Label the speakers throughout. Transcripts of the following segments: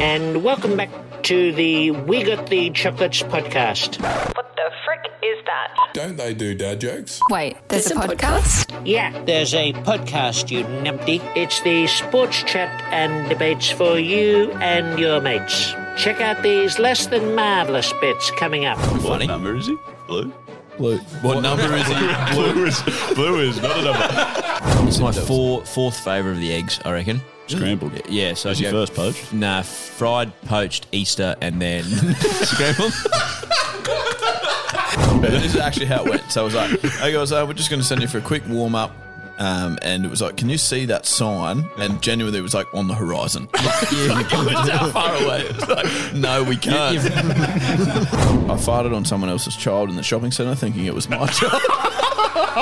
Speaker 1: And welcome back to the We Got the Chocolates podcast.
Speaker 2: What the frick is that?
Speaker 3: Don't they do dad jokes?
Speaker 4: Wait, there's, a, podcast?
Speaker 1: Yeah, there's a podcast, you numpty. It's the sports chat and debates for you and your mates. Check out these less than marvellous bits coming up.
Speaker 5: What number is he? Blue?
Speaker 6: Blue. What number is he?
Speaker 5: Blue is blue is not a number.
Speaker 6: It's my four, fourth favourite of the eggs, I reckon.
Speaker 5: Scrambled.
Speaker 6: Yeah, so
Speaker 5: That's
Speaker 6: you
Speaker 5: your
Speaker 6: go-
Speaker 5: first poach.
Speaker 6: Nah, fried, poached, Easter, and then scrambled.
Speaker 7: this is actually how it went. So I was like, hey guys, uh, we're just going to send you for a quick warm up. Um, and it was like, can you see that sign? And genuinely, it was like on the horizon. Like, it was that far away. It was like, no, we can't. I farted on someone else's child in the shopping centre thinking it was my child.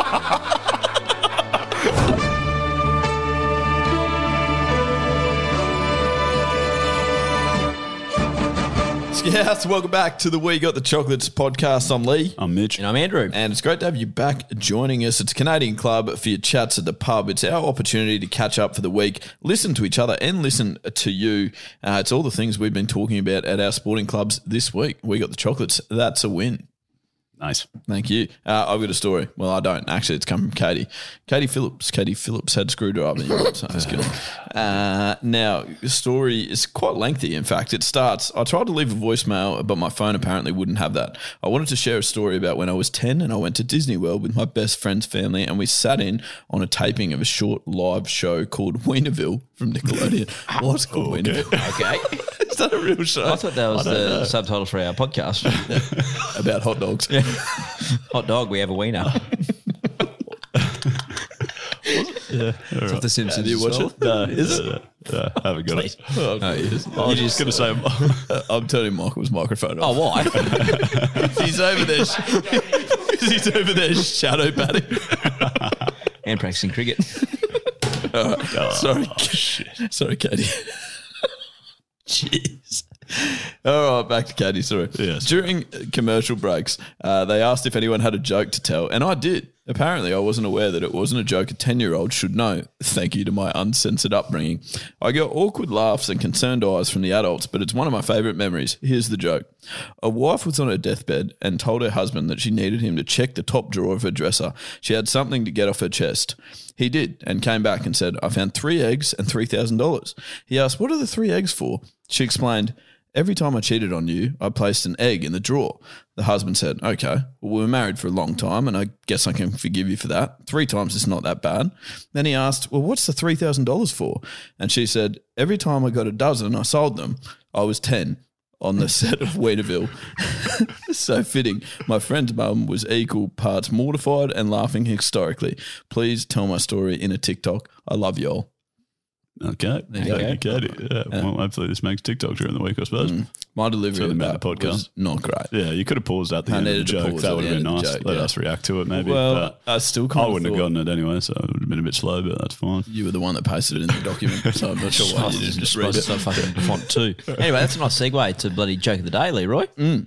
Speaker 7: Scouts, welcome back to the We Got the Chocolates podcast. I'm Lee.
Speaker 5: I'm Mitch.
Speaker 6: and I'm Andrew.
Speaker 7: And it's great to have you back joining us. It's Canadian Club for your chats at the pub. It's our opportunity to catch up for the week, listen to each other, and listen to you. Uh, it's all the things we've been talking about at our sporting clubs this week. We got the chocolates. That's a win.
Speaker 5: nice.
Speaker 7: Thank you. Uh, I've got a story. Well, I don't actually. It's come from Katie. Katie Phillips. Katie Phillips had screwdriver. so that's good. Uh, now the story is quite lengthy. In fact, it starts. I tried to leave a voicemail, but my phone apparently wouldn't have that. I wanted to share a story about when I was ten and I went to Disney World with my best friend's family, and we sat in on a taping of a short live show called Wienerville from Nickelodeon. What's called Wienerville?
Speaker 6: Okay.
Speaker 7: is that a real show?
Speaker 6: I thought that was the subtitle for our podcast.
Speaker 7: about hot dogs.
Speaker 6: Hot dog, we have a wiener. It's off The Simpsons.
Speaker 7: Did you watch it?
Speaker 5: No, is it? No, I haven't got it.
Speaker 6: Oh,
Speaker 5: I was just going to say,
Speaker 7: I'm turning Michael's microphone off.
Speaker 6: Oh, why?
Speaker 7: He's over there. He's over there shadow batting.
Speaker 6: and practicing cricket.
Speaker 7: Sorry, sorry, Katie. Jeez. All right, back to Katie. Sorry.
Speaker 5: Yes.
Speaker 7: During commercial breaks, uh, they asked if anyone had a joke to tell, and I did. Apparently, I wasn't aware that it wasn't a joke a 10 year old should know. Thank you to my uncensored upbringing. I got awkward laughs and concerned eyes from the adults, but it's one of my favourite memories. Here's the joke A wife was on her deathbed and told her husband that she needed him to check the top drawer of her dresser. She had something to get off her chest. He did and came back and said, I found three eggs and $3,000. He asked, What are the three eggs for? She explained, Every time I cheated on you, I placed an egg in the drawer. The husband said, Okay, well, we were married for a long time, and I guess I can forgive you for that. Three times is not that bad. Then he asked, Well, what's the $3,000 for? And she said, Every time I got a dozen, I sold them. I was 10 on the set of Wienerville. so fitting. My friend's mum was equal parts mortified and laughing historically. Please tell my story in a TikTok. I love y'all.
Speaker 5: okay, okay, Katie. Yeah, well, hopefully this makes TikTok during the week, I suppose.
Speaker 6: Mm.
Speaker 7: My delivery
Speaker 5: Something
Speaker 7: of
Speaker 5: about
Speaker 7: that
Speaker 5: the podcast.
Speaker 7: was not great.
Speaker 5: Yeah, you could have paused at the
Speaker 7: I
Speaker 5: end of the
Speaker 7: needed to
Speaker 5: joke.
Speaker 7: pause at
Speaker 5: That
Speaker 7: the
Speaker 5: would have been
Speaker 7: end of
Speaker 5: nice.
Speaker 7: the joke,
Speaker 5: Let
Speaker 7: yeah.
Speaker 5: us react to it, maybe.
Speaker 7: Well,
Speaker 5: but
Speaker 7: I still kind
Speaker 5: I
Speaker 7: of
Speaker 5: wouldn't have
Speaker 7: thought-
Speaker 5: gotten it anyway, so it would have been a bit slow, but that's fine.
Speaker 7: You were the one that posted it in the document, so I'm not sure why you didn't just read
Speaker 6: It's not
Speaker 7: it.
Speaker 6: fucking font too. Anyway, that's a nice segue to bloody joke of the day, Leroy.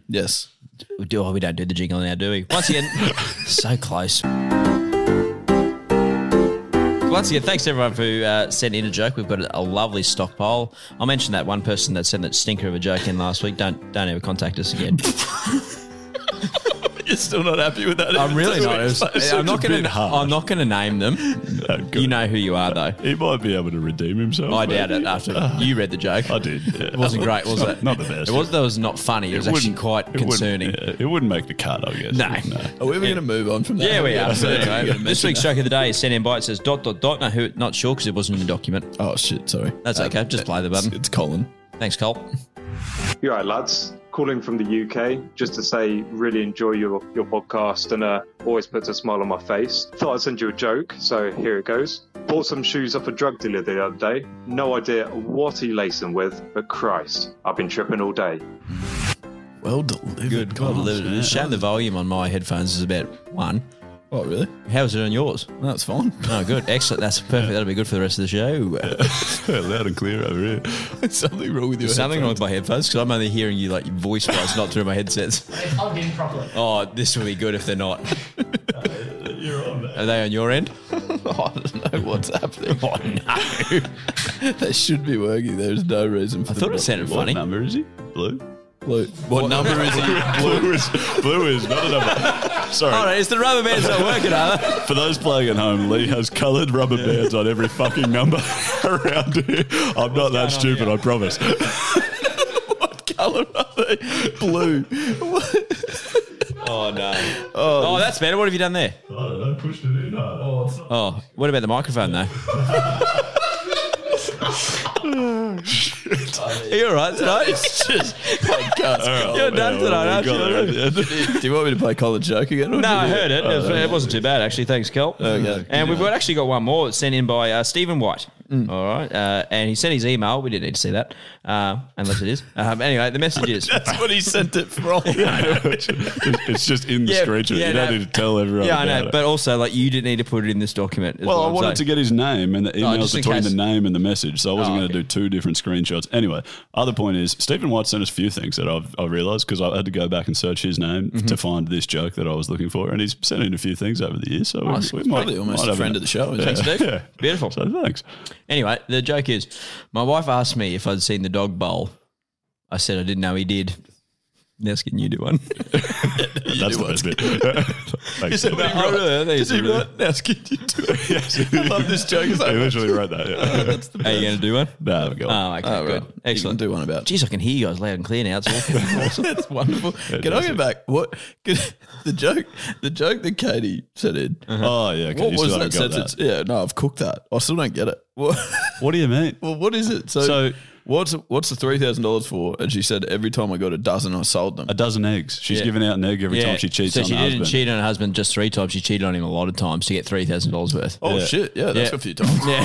Speaker 7: Yes.
Speaker 6: We do. Oh, we don't do the jingle now, do we? Once again, so close. Once again, thanks to everyone who uh, sent in a joke. We've got a, a lovely stockpile. I mentioned that one person that sent that stinker of a joke in last week. Don't don't ever contact us again.
Speaker 7: You're still not happy with that.
Speaker 6: I'm really not.
Speaker 7: It's- it's
Speaker 6: I'm not
Speaker 7: such a
Speaker 6: going
Speaker 7: bit
Speaker 6: to.
Speaker 7: hard.
Speaker 6: I'm not going to name them.
Speaker 5: No, good.
Speaker 6: You know who you are, though.
Speaker 5: He might be able to redeem himself.
Speaker 6: I doubt it. After you read the joke,
Speaker 5: I did. yeah.
Speaker 6: It wasn't great, was
Speaker 5: Not-
Speaker 6: it?
Speaker 5: Not the best.
Speaker 6: It was. That was not funny. It, was actually
Speaker 5: wouldn't-
Speaker 6: quite
Speaker 5: it wouldn't-
Speaker 6: concerning.
Speaker 5: yeah, It wouldn't make the cut, I guess.
Speaker 6: No.
Speaker 7: Are we ever going to move on from that?
Speaker 6: Yeah, we are.
Speaker 7: So
Speaker 6: So anyway,
Speaker 7: gonna
Speaker 6: this
Speaker 7: mention
Speaker 6: week's joke of the day is sent in by it says dot dot dot. No, who? Not sure because it wasn't in the document.
Speaker 7: that. Oh shit! Sorry.
Speaker 6: That's okay, just play the
Speaker 7: it's-
Speaker 6: button.
Speaker 7: It's Colin.
Speaker 6: Thanks, Cole.
Speaker 3: Yeah, lads. Calling from the UK just to say, really enjoy your, your podcast and uh, always puts a smile on my face. Thought I'd send you a joke, so here it goes. Bought some shoes off a drug dealer the other day. No idea what he laced them with, but Christ, I've been tripping all day.
Speaker 7: Well delivered.
Speaker 6: Good God,
Speaker 7: Colin.
Speaker 6: the- the shame the volume on my headphones is about one.
Speaker 7: Oh really?
Speaker 6: How is it on yours?
Speaker 7: That's fine.
Speaker 6: Oh, good, excellent. That's perfect. That'll be good for the rest of the show.
Speaker 5: Loud and clear over here.
Speaker 7: There's something wrong with your
Speaker 6: There's something wrong
Speaker 7: headphones.
Speaker 6: with my headphones because I'm only hearing you like voice wise, not through my headsets.
Speaker 8: Plugged in properly.
Speaker 6: Oh, this will be good if they're not.
Speaker 5: You're on, mate.
Speaker 6: Are they on your end?
Speaker 7: I don't know what's happening. Oh no. they should be working. There's no reason for
Speaker 6: I thought it sounded
Speaker 5: What
Speaker 6: funny.
Speaker 5: number is he? Blue?
Speaker 7: What, what number is he?
Speaker 5: Blue is, blue is not a number. Sorry.
Speaker 6: Oh, no, it's the rubber bands not working, are they?
Speaker 5: For those playing at home, Lee has coloured rubber bands on every fucking number around here. I'm not that stupid, I promise.
Speaker 7: What colour are they? Blue.
Speaker 6: Oh no. Oh, that's better. What have you done there?
Speaker 5: I pushed it in
Speaker 6: Oh, what about the microphone though? Are you alright tonight? It's just Oh, podcast. You're done tonight, aren't you?
Speaker 7: Do you want me to play Colin joke again?
Speaker 6: No, I heard it. It, it wasn't too bad actually. Thanks, Kel.
Speaker 7: Okay.
Speaker 6: And we've got- actually got one more It's sent in by uh, Stephen White. All right, uh, and he sent his email. We didn't need to see that, uh, unless it is. Um, anyway, the message is.
Speaker 7: That's what he sent it from.
Speaker 5: it's just in the
Speaker 6: Yeah,
Speaker 5: screecher.
Speaker 6: yeah,
Speaker 5: you don't
Speaker 6: no.
Speaker 5: need to tell everyone.
Speaker 6: Yeah, I know,
Speaker 5: about it.
Speaker 6: but also like you didn't need to put it in this document. as
Speaker 5: Well, I
Speaker 6: I'm
Speaker 5: wanted
Speaker 6: saying.
Speaker 5: to get his name and the emails
Speaker 6: just in
Speaker 5: between
Speaker 6: case.
Speaker 5: the name and the message, so I wasn't
Speaker 6: Oh,
Speaker 5: going to
Speaker 6: okay.
Speaker 5: do two different screenshots. Anyway, other point is Stephen White sent us a few things that I've, I've realised because I had to go back and search his name
Speaker 6: Mm-hmm.
Speaker 5: to find this joke that I was looking for, and he's sent in a few things over the years. So we-
Speaker 6: Nice.
Speaker 5: we,
Speaker 6: He's
Speaker 5: might
Speaker 7: probably almost
Speaker 5: might
Speaker 7: a
Speaker 5: have
Speaker 7: friend
Speaker 5: an-
Speaker 7: of the show, isn't
Speaker 5: Yeah,
Speaker 7: he, Steve?
Speaker 5: yeah.
Speaker 6: Beautiful.
Speaker 5: So thanks.
Speaker 6: Anyway, the joke is my wife asked me if I'd seen the dog bowl. I said I didn't know he did. Now can you do one?
Speaker 5: That's the best bit. thanks. Stephen.
Speaker 6: Oh, really? That is
Speaker 7: Did he
Speaker 6: really-
Speaker 7: write? Now, can you do it?
Speaker 5: Yes.
Speaker 7: I love this joke. It's
Speaker 5: He
Speaker 7: like-
Speaker 5: literally wrote that. Yeah.
Speaker 6: Are you going to do one?
Speaker 5: no, go on.
Speaker 6: Oh, okay,
Speaker 7: Oh,
Speaker 6: good.
Speaker 7: right.
Speaker 6: Excellent.
Speaker 7: You can do one about.
Speaker 6: Jeez, I can hear you guys loud and clear now. It's awful.
Speaker 7: That's wonderful. Can I go
Speaker 5: Fantastic.
Speaker 7: back? What can, the joke? The joke that Katie said in.
Speaker 5: Oh, yeah. Okay,
Speaker 7: What
Speaker 5: you
Speaker 7: was
Speaker 5: still
Speaker 7: that
Speaker 5: haven't got
Speaker 7: sentence? Yeah, no, I've cooked that. I still don't get it. What,
Speaker 5: What do you mean?
Speaker 7: well, what is it? So,
Speaker 5: So-
Speaker 7: what's what's the three thousand dollars for? And she said every time I got a dozen, I sold them.
Speaker 5: A dozen eggs. She's
Speaker 6: Yeah.
Speaker 5: giving out an egg every time she cheats
Speaker 6: so
Speaker 5: on
Speaker 6: she
Speaker 5: her
Speaker 6: didn't
Speaker 5: husband.
Speaker 6: cheat on her husband just three times. She cheated on him a lot of times to get three thousand dollars worth.
Speaker 7: oh
Speaker 5: yeah.
Speaker 7: shit! Yeah, that's
Speaker 6: Yeah.
Speaker 7: a few times.
Speaker 6: Yeah,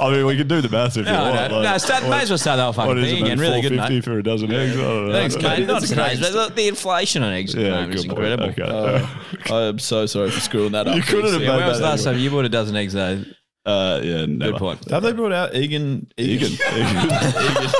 Speaker 5: I mean, we can do the math if you
Speaker 6: no,
Speaker 5: want.
Speaker 6: no,
Speaker 5: like-
Speaker 6: no start, may as well start that whole
Speaker 5: What is
Speaker 6: fucking thing
Speaker 5: it, man?
Speaker 6: again. Really good,
Speaker 5: 450
Speaker 6: mate.
Speaker 5: for a dozen eggs. I don't know.
Speaker 7: Thanks,
Speaker 5: Okay.
Speaker 6: Mate,
Speaker 7: Katie,
Speaker 6: not
Speaker 7: that's
Speaker 6: today's,
Speaker 7: great.
Speaker 6: but look, the inflation on eggs at the
Speaker 5: Yeah,
Speaker 6: moment is
Speaker 5: good point.
Speaker 6: incredible. Uh,
Speaker 5: Okay.
Speaker 7: I am so sorry for screwing that up.
Speaker 5: You couldn't have
Speaker 7: Actually,
Speaker 5: made
Speaker 6: When was the
Speaker 5: that
Speaker 6: last time you bought a dozen eggs though?
Speaker 5: Uh, yeah, never.
Speaker 6: Good point.
Speaker 7: Have they brought out Egan?
Speaker 5: Egan.
Speaker 7: Egan,
Speaker 5: Egan.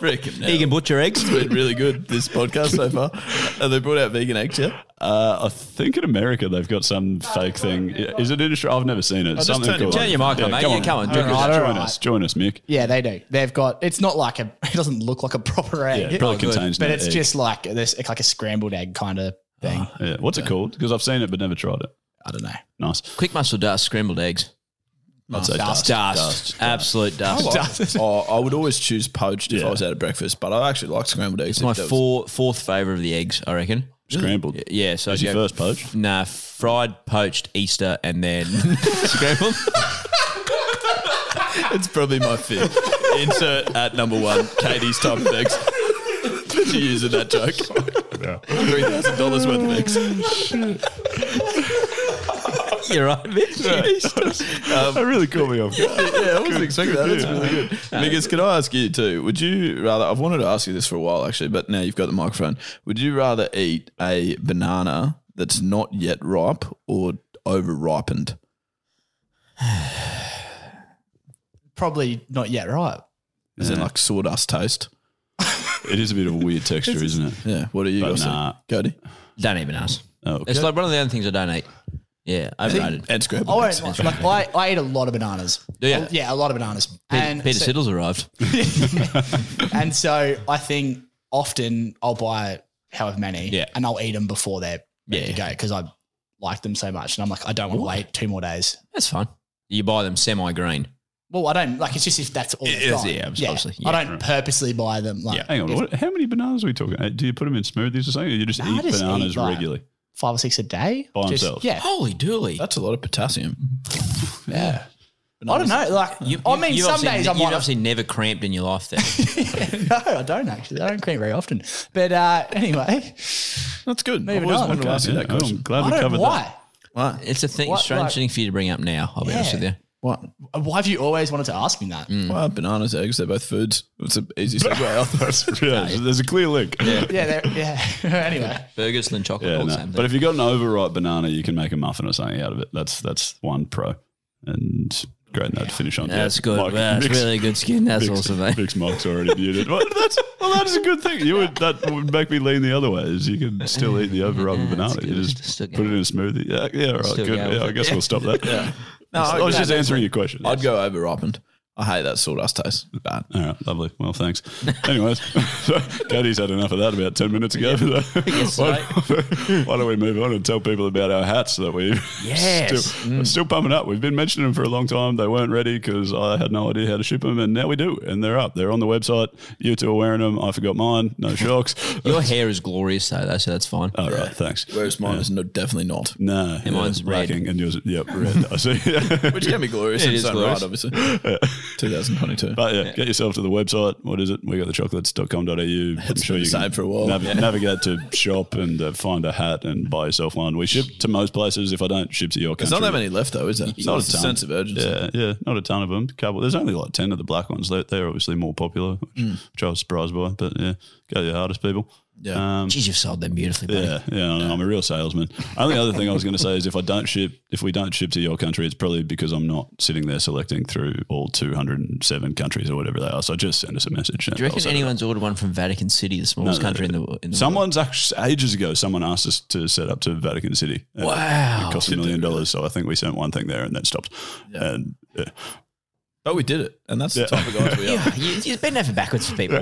Speaker 7: freaking hell.
Speaker 6: Egan Butcher eggs.
Speaker 7: It's been really good this podcast so far. Have they brought out vegan eggs yet?
Speaker 5: Uh, I think in America they've got some fake thing. I- Is it in Australia? I've never seen Oh, it.
Speaker 7: just
Speaker 5: Something
Speaker 7: turn your-
Speaker 5: called-
Speaker 6: Turn your mic on, mate. Yeah, come on,
Speaker 5: Join,
Speaker 6: do it.
Speaker 5: us,
Speaker 8: All
Speaker 5: join
Speaker 8: right.
Speaker 5: us. Join us, Mick.
Speaker 8: Yeah, they do. They've got. It's not like a. It doesn't look like a proper
Speaker 5: Yeah,
Speaker 8: egg,
Speaker 5: it probably
Speaker 6: good.
Speaker 5: contains
Speaker 8: but
Speaker 5: no
Speaker 8: it's
Speaker 5: egg. Ah,
Speaker 8: just like this, like a scrambled egg kind of thing.
Speaker 5: Yeah. What's it called? Because I've seen it but never tried it.
Speaker 8: I don't know.
Speaker 5: Nice.
Speaker 6: Quick muscle dust, scrambled eggs.
Speaker 7: I'd say
Speaker 8: Dust.
Speaker 6: Dust. Absolute dust.
Speaker 7: oh, I would always choose poached if
Speaker 5: Yeah.
Speaker 7: I was out at breakfast, but I actually like scrambled eggs.
Speaker 6: My
Speaker 7: if there was-
Speaker 6: four, fourth favourite of the eggs, I reckon.
Speaker 5: Scrambled. Yeah.
Speaker 6: Yeah, so
Speaker 5: As
Speaker 6: I'd
Speaker 5: your
Speaker 6: go-
Speaker 5: first poach.
Speaker 6: Nah, fried, poached, Easter, and then scrambled.
Speaker 7: It's probably my fifth. Insert at number one, Katie's type of eggs. Did you use in that joke? Three thousand dollars worth of eggs.
Speaker 6: You're right, Mitch.
Speaker 8: uh,
Speaker 5: that really caught me off guard.
Speaker 7: Yeah, I wasn't expecting that. That's really good. Because can I ask you too? Would you rather? I've wanted to ask you this for a while actually, but now you've got the microphone. Would you rather eat a banana that's not yet ripe or over ripened?
Speaker 8: Probably not yet right.
Speaker 7: As in like sawdust toast.
Speaker 5: It is a bit of a weird texture, isn't it?
Speaker 7: Yeah. What do you
Speaker 5: But
Speaker 7: guys
Speaker 5: nah.
Speaker 7: think, Cody?
Speaker 6: Don't even ask.
Speaker 5: Oh, okay.
Speaker 6: It's like one of the only things I don't eat. Yeah, overrated.
Speaker 7: And
Speaker 8: I
Speaker 7: scrambled eggs.
Speaker 8: won't, like, I, I eat a lot of bananas.
Speaker 6: Do ya?
Speaker 8: Oh, Yeah, a lot of bananas.
Speaker 6: Peter, Peter
Speaker 8: so-
Speaker 6: Siddle's arrived.
Speaker 8: And so I think often I'll buy however many,
Speaker 7: Yeah.
Speaker 8: and I'll eat them before they're ready to
Speaker 6: Yeah.
Speaker 8: go because I like them so much, and I'm like, I don't want to wait two more days.
Speaker 6: That's fine. You buy them semi green.
Speaker 8: Well, I don't like. It's just if that's all.
Speaker 6: It
Speaker 8: they've
Speaker 6: is,
Speaker 8: got.
Speaker 6: yeah, obviously, yeah.
Speaker 8: I don't purposely buy them. Like
Speaker 5: Hang on, what, how many bananas are we talking? Uh, Do you put them in smoothies or something? Or you just
Speaker 8: No, I
Speaker 5: eat
Speaker 8: just eat,
Speaker 5: bananas
Speaker 8: like-
Speaker 5: regularly?
Speaker 8: five or six a day
Speaker 5: By
Speaker 8: Just-
Speaker 5: themselves?
Speaker 8: Yeah,
Speaker 6: Holy dooly.
Speaker 7: That's a lot of potassium.
Speaker 8: yeah. I don't know. Like I mean,
Speaker 6: you've
Speaker 8: some
Speaker 6: obviously-
Speaker 8: days I
Speaker 6: You've
Speaker 8: might.
Speaker 6: obviously never cramped in your life there.
Speaker 8: no, I don't actually. I don't cream very often. But uh, anyway,
Speaker 7: That's good. I've
Speaker 8: Moving
Speaker 7: always
Speaker 8: on.
Speaker 7: wanted to
Speaker 5: Okay,
Speaker 7: ask you
Speaker 5: yeah,
Speaker 7: that question.
Speaker 5: I'm glad
Speaker 8: I
Speaker 5: we
Speaker 8: don't.
Speaker 5: covered that.
Speaker 8: Why?
Speaker 6: it's a thing,
Speaker 8: What,
Speaker 6: strange
Speaker 8: like-
Speaker 6: thing for you to bring up now, I'll be honest
Speaker 8: Yeah.
Speaker 6: with you. Mm.
Speaker 7: What?
Speaker 8: Why have you always wanted to ask me that?
Speaker 7: Well, bananas, eggs, they're both foods. It's an easy segue. I thought.
Speaker 5: Yeah, so there's a clear link. Yeah,
Speaker 8: Yeah, there- yeah. anyway,
Speaker 6: Burgers and chocolate, all the
Speaker 5: no.
Speaker 6: same thing.
Speaker 5: But if you've got an overripe banana, you can make a muffin or something out of it. That's that's one pro. And great note to finish on.
Speaker 6: that's
Speaker 5: Yeah,
Speaker 6: good. Wow,
Speaker 5: Mike,
Speaker 6: that's
Speaker 5: Mick's-
Speaker 6: really good skin. That's
Speaker 5: Mick's-
Speaker 6: awesome, mate.
Speaker 5: Mick's Mike's already muted. Well, that's well, that is a good thing. You would that would make me lean the other way. Is you can still eat the overripe
Speaker 6: Yeah, that's
Speaker 5: banana. You
Speaker 6: good.
Speaker 5: just
Speaker 6: Still
Speaker 5: put it in a smoothie. Yeah, yeah, all right,
Speaker 6: Still
Speaker 5: good.
Speaker 6: go with
Speaker 5: Yeah, I
Speaker 6: it.
Speaker 5: guess we'll stop that. yeah.
Speaker 7: No,
Speaker 5: I was just answering your question.
Speaker 7: I'd go over ripened. I hate that sawdust taste. Bad.
Speaker 5: All right, lovely. Well, thanks. Anyways, so Katie's had enough of that about 10 minutes ago. So why, why don't we move on and tell people about our hats that we
Speaker 6: Yes. Mm.
Speaker 5: still, we're still pumping up. We've been mentioning them for a long time. They weren't ready because I had no idea how to ship them, and now we do. And they're up. They're on the website. You two are wearing them. I forgot mine. No shocks.
Speaker 6: Your hair is glorious, though, though, so that's fine.
Speaker 5: All right, thanks.
Speaker 7: Whereas mine is no, definitely not.
Speaker 5: No, yeah,
Speaker 6: mine's red.
Speaker 5: lacking. And yours, yep, red. I see.
Speaker 7: Which can be glorious
Speaker 6: It
Speaker 7: in
Speaker 6: is
Speaker 7: its own
Speaker 6: glorious.
Speaker 7: right, obviously. 2022.
Speaker 5: But yeah, get yourself to the website. What is it? We got the chocolates.com.au. I'm
Speaker 7: It's
Speaker 5: sure
Speaker 7: been
Speaker 5: you
Speaker 7: the
Speaker 5: can
Speaker 7: same for a while.
Speaker 5: nav- navigate to shop and uh, find a hat and buy yourself one. We ship to most places. If I don't ship to your country,
Speaker 7: There's not that many left, though, is there? It's
Speaker 5: Not
Speaker 7: not a
Speaker 5: a ton.
Speaker 7: sense of urgency.
Speaker 5: Yeah, yeah, not a ton of them. Couple. There's only like ten of the black ones. They're, they're obviously more popular, which,
Speaker 7: Hmm.
Speaker 5: which I was surprised by. But yeah, go to your hardest people.
Speaker 7: Yeah.
Speaker 5: Um,
Speaker 6: Jeez, you've sold them beautifully, buddy.
Speaker 5: yeah, yeah, I know, I'm a real salesman. Only other thing I was going to say is if I don't ship, if we don't ship to your country, it's probably because I'm not sitting there selecting through all 207 countries or whatever they are. So just send us a message. and
Speaker 6: Do you
Speaker 5: I'll
Speaker 6: reckon
Speaker 5: set it up.
Speaker 6: anyone's ordered one from Vatican City, the smallest
Speaker 5: No, no,
Speaker 6: country in the, in the world?
Speaker 5: Someone's actually, ages ago, someone asked us to set up to Vatican City. And
Speaker 6: Wow.
Speaker 5: It cost a million dollars. So I think we sent one thing there and then stopped. And yeah.
Speaker 7: But Oh, we did it. And that's
Speaker 5: Yeah.
Speaker 7: the type of guys we are.
Speaker 6: Yeah, you, you bend over backwards for people.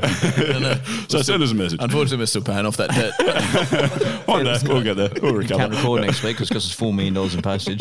Speaker 5: so send us a message.
Speaker 7: Unfortunately, we're still paying off that debt.
Speaker 5: One day, we'll get there. We'll
Speaker 6: Can't
Speaker 5: recover.
Speaker 6: record next week because it costs us $4 million in postage.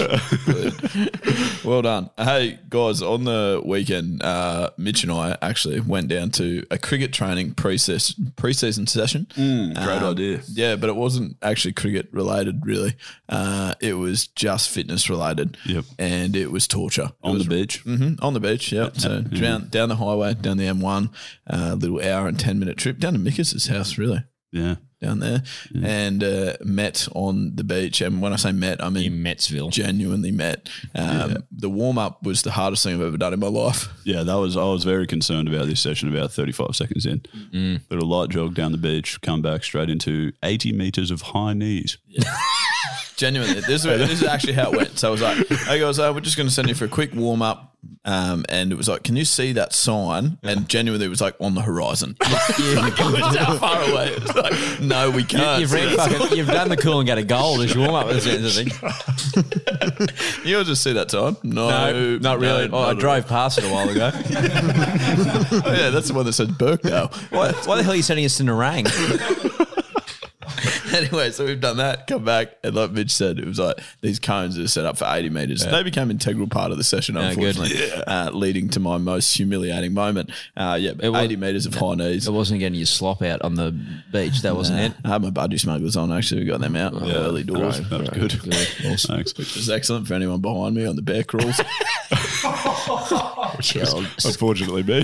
Speaker 7: well done. Hey, guys, on the weekend, uh, Mitch and I actually went down to a cricket training pre-session, pre-season session.
Speaker 5: Mm,
Speaker 7: Um,
Speaker 5: Great idea.
Speaker 7: Yeah, but it wasn't actually cricket related, really. Uh, it was just fitness related.
Speaker 5: Yep.
Speaker 7: And it was torture.
Speaker 5: On the beach.
Speaker 6: Mm.
Speaker 7: hmm on the beach, yeah. So down, down the highway, down the M1, uh, little hour and 10 minute trip down to Mickus's house, really,
Speaker 5: Yeah.
Speaker 7: down there. And uh, met on the beach. And when I say met, I mean
Speaker 6: In Mettsville.
Speaker 7: genuinely met. Um, The warm up was the hardest thing I've ever done in my life.
Speaker 5: Yeah, that was. I was very concerned about this session. About thirty-five seconds in,
Speaker 6: Mm.
Speaker 5: little light jog down the beach, come back straight into eighty meters of high knees.
Speaker 7: Genuinely, this is, this is actually how it went. So I was like, "Hey guys, uh, we're just going to send you for a quick warm up," um, and it was like, "Can you see that sign?" And genuinely, it was like on the horizon. like, it was how far away. It was like, "No, we can't."
Speaker 6: You've, ran fucking, you've done the cool and got a goal as you warm up. That's the end of the thing.
Speaker 7: you ever just see that sign? No,
Speaker 6: No, not really.
Speaker 7: no,
Speaker 6: oh, I
Speaker 7: not at
Speaker 6: drove past it a while ago.
Speaker 7: all. Oh, yeah, that's the one that says Birkdale.
Speaker 6: why, why the hell are you sending us to Narang?
Speaker 7: anyway, so we've done that. Come back, and like Mitch said, it was like these cones that are set up for eighty meters. They became integral part of the session,
Speaker 6: good.
Speaker 7: unfortunately, uh, leading to my most humiliating moment. Uh, yeah, but
Speaker 6: It was-
Speaker 7: eighty meters of high knees. Uh,
Speaker 6: It wasn't getting your slop out on the beach. That wasn't it.
Speaker 7: I had my budgie smugglers on. Actually, we got them out early doors.
Speaker 5: that was good. Thanks.
Speaker 7: Which was excellent for anyone behind me on the bear crawls.
Speaker 5: Unfortunately, me.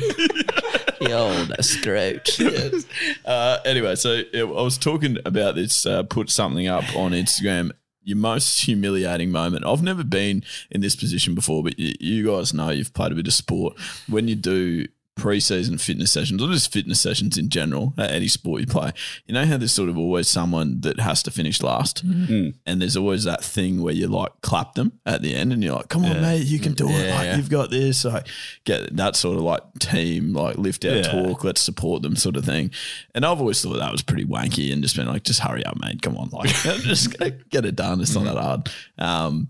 Speaker 6: The old Scrooge.
Speaker 7: Yes. Uh, anyway, so it, I was talking about this. Uh, put something up on Instagram. Your most humiliating moment. I've never been in this position before, but you, you guys know you've played a bit of sport. When you do preseason fitness sessions or just fitness sessions in general at any sport you play, you know how there's sort of always someone that has to finish last, and there's always that thing where you like clap them at the end, and you're like, "Come on, mate, you can do it! Like, You've got this!" Like get that sort of like team like lift out
Speaker 5: Yeah.
Speaker 7: talk talk, let's support them, sort of thing. And I've always thought that was pretty wanky and just been like, just
Speaker 6: Mm-hmm.
Speaker 7: hurry up, mate, come on, like, just get it done. It's not that hard. Um,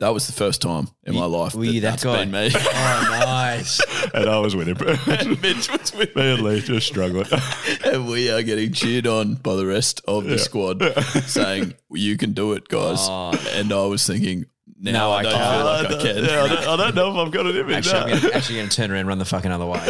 Speaker 7: That was the first time in my life
Speaker 6: Were you that
Speaker 7: that's
Speaker 6: guy?
Speaker 7: been me.
Speaker 6: Oh, nice.
Speaker 5: and I was with him. and
Speaker 7: Mitch was with
Speaker 5: me. and Lee just struggling.
Speaker 7: and we are getting cheered on by the rest of the
Speaker 5: Yeah.
Speaker 7: squad saying, You can do it, guys. And I was thinking, Now
Speaker 6: Oh. No,
Speaker 7: I
Speaker 6: I
Speaker 7: don't
Speaker 6: can't.
Speaker 7: feel like I can.
Speaker 5: yeah, I don't, I don't know if I've got it in me.
Speaker 6: Actually,
Speaker 5: no.
Speaker 6: I'm gonna, actually going to turn around and run the fucking other way.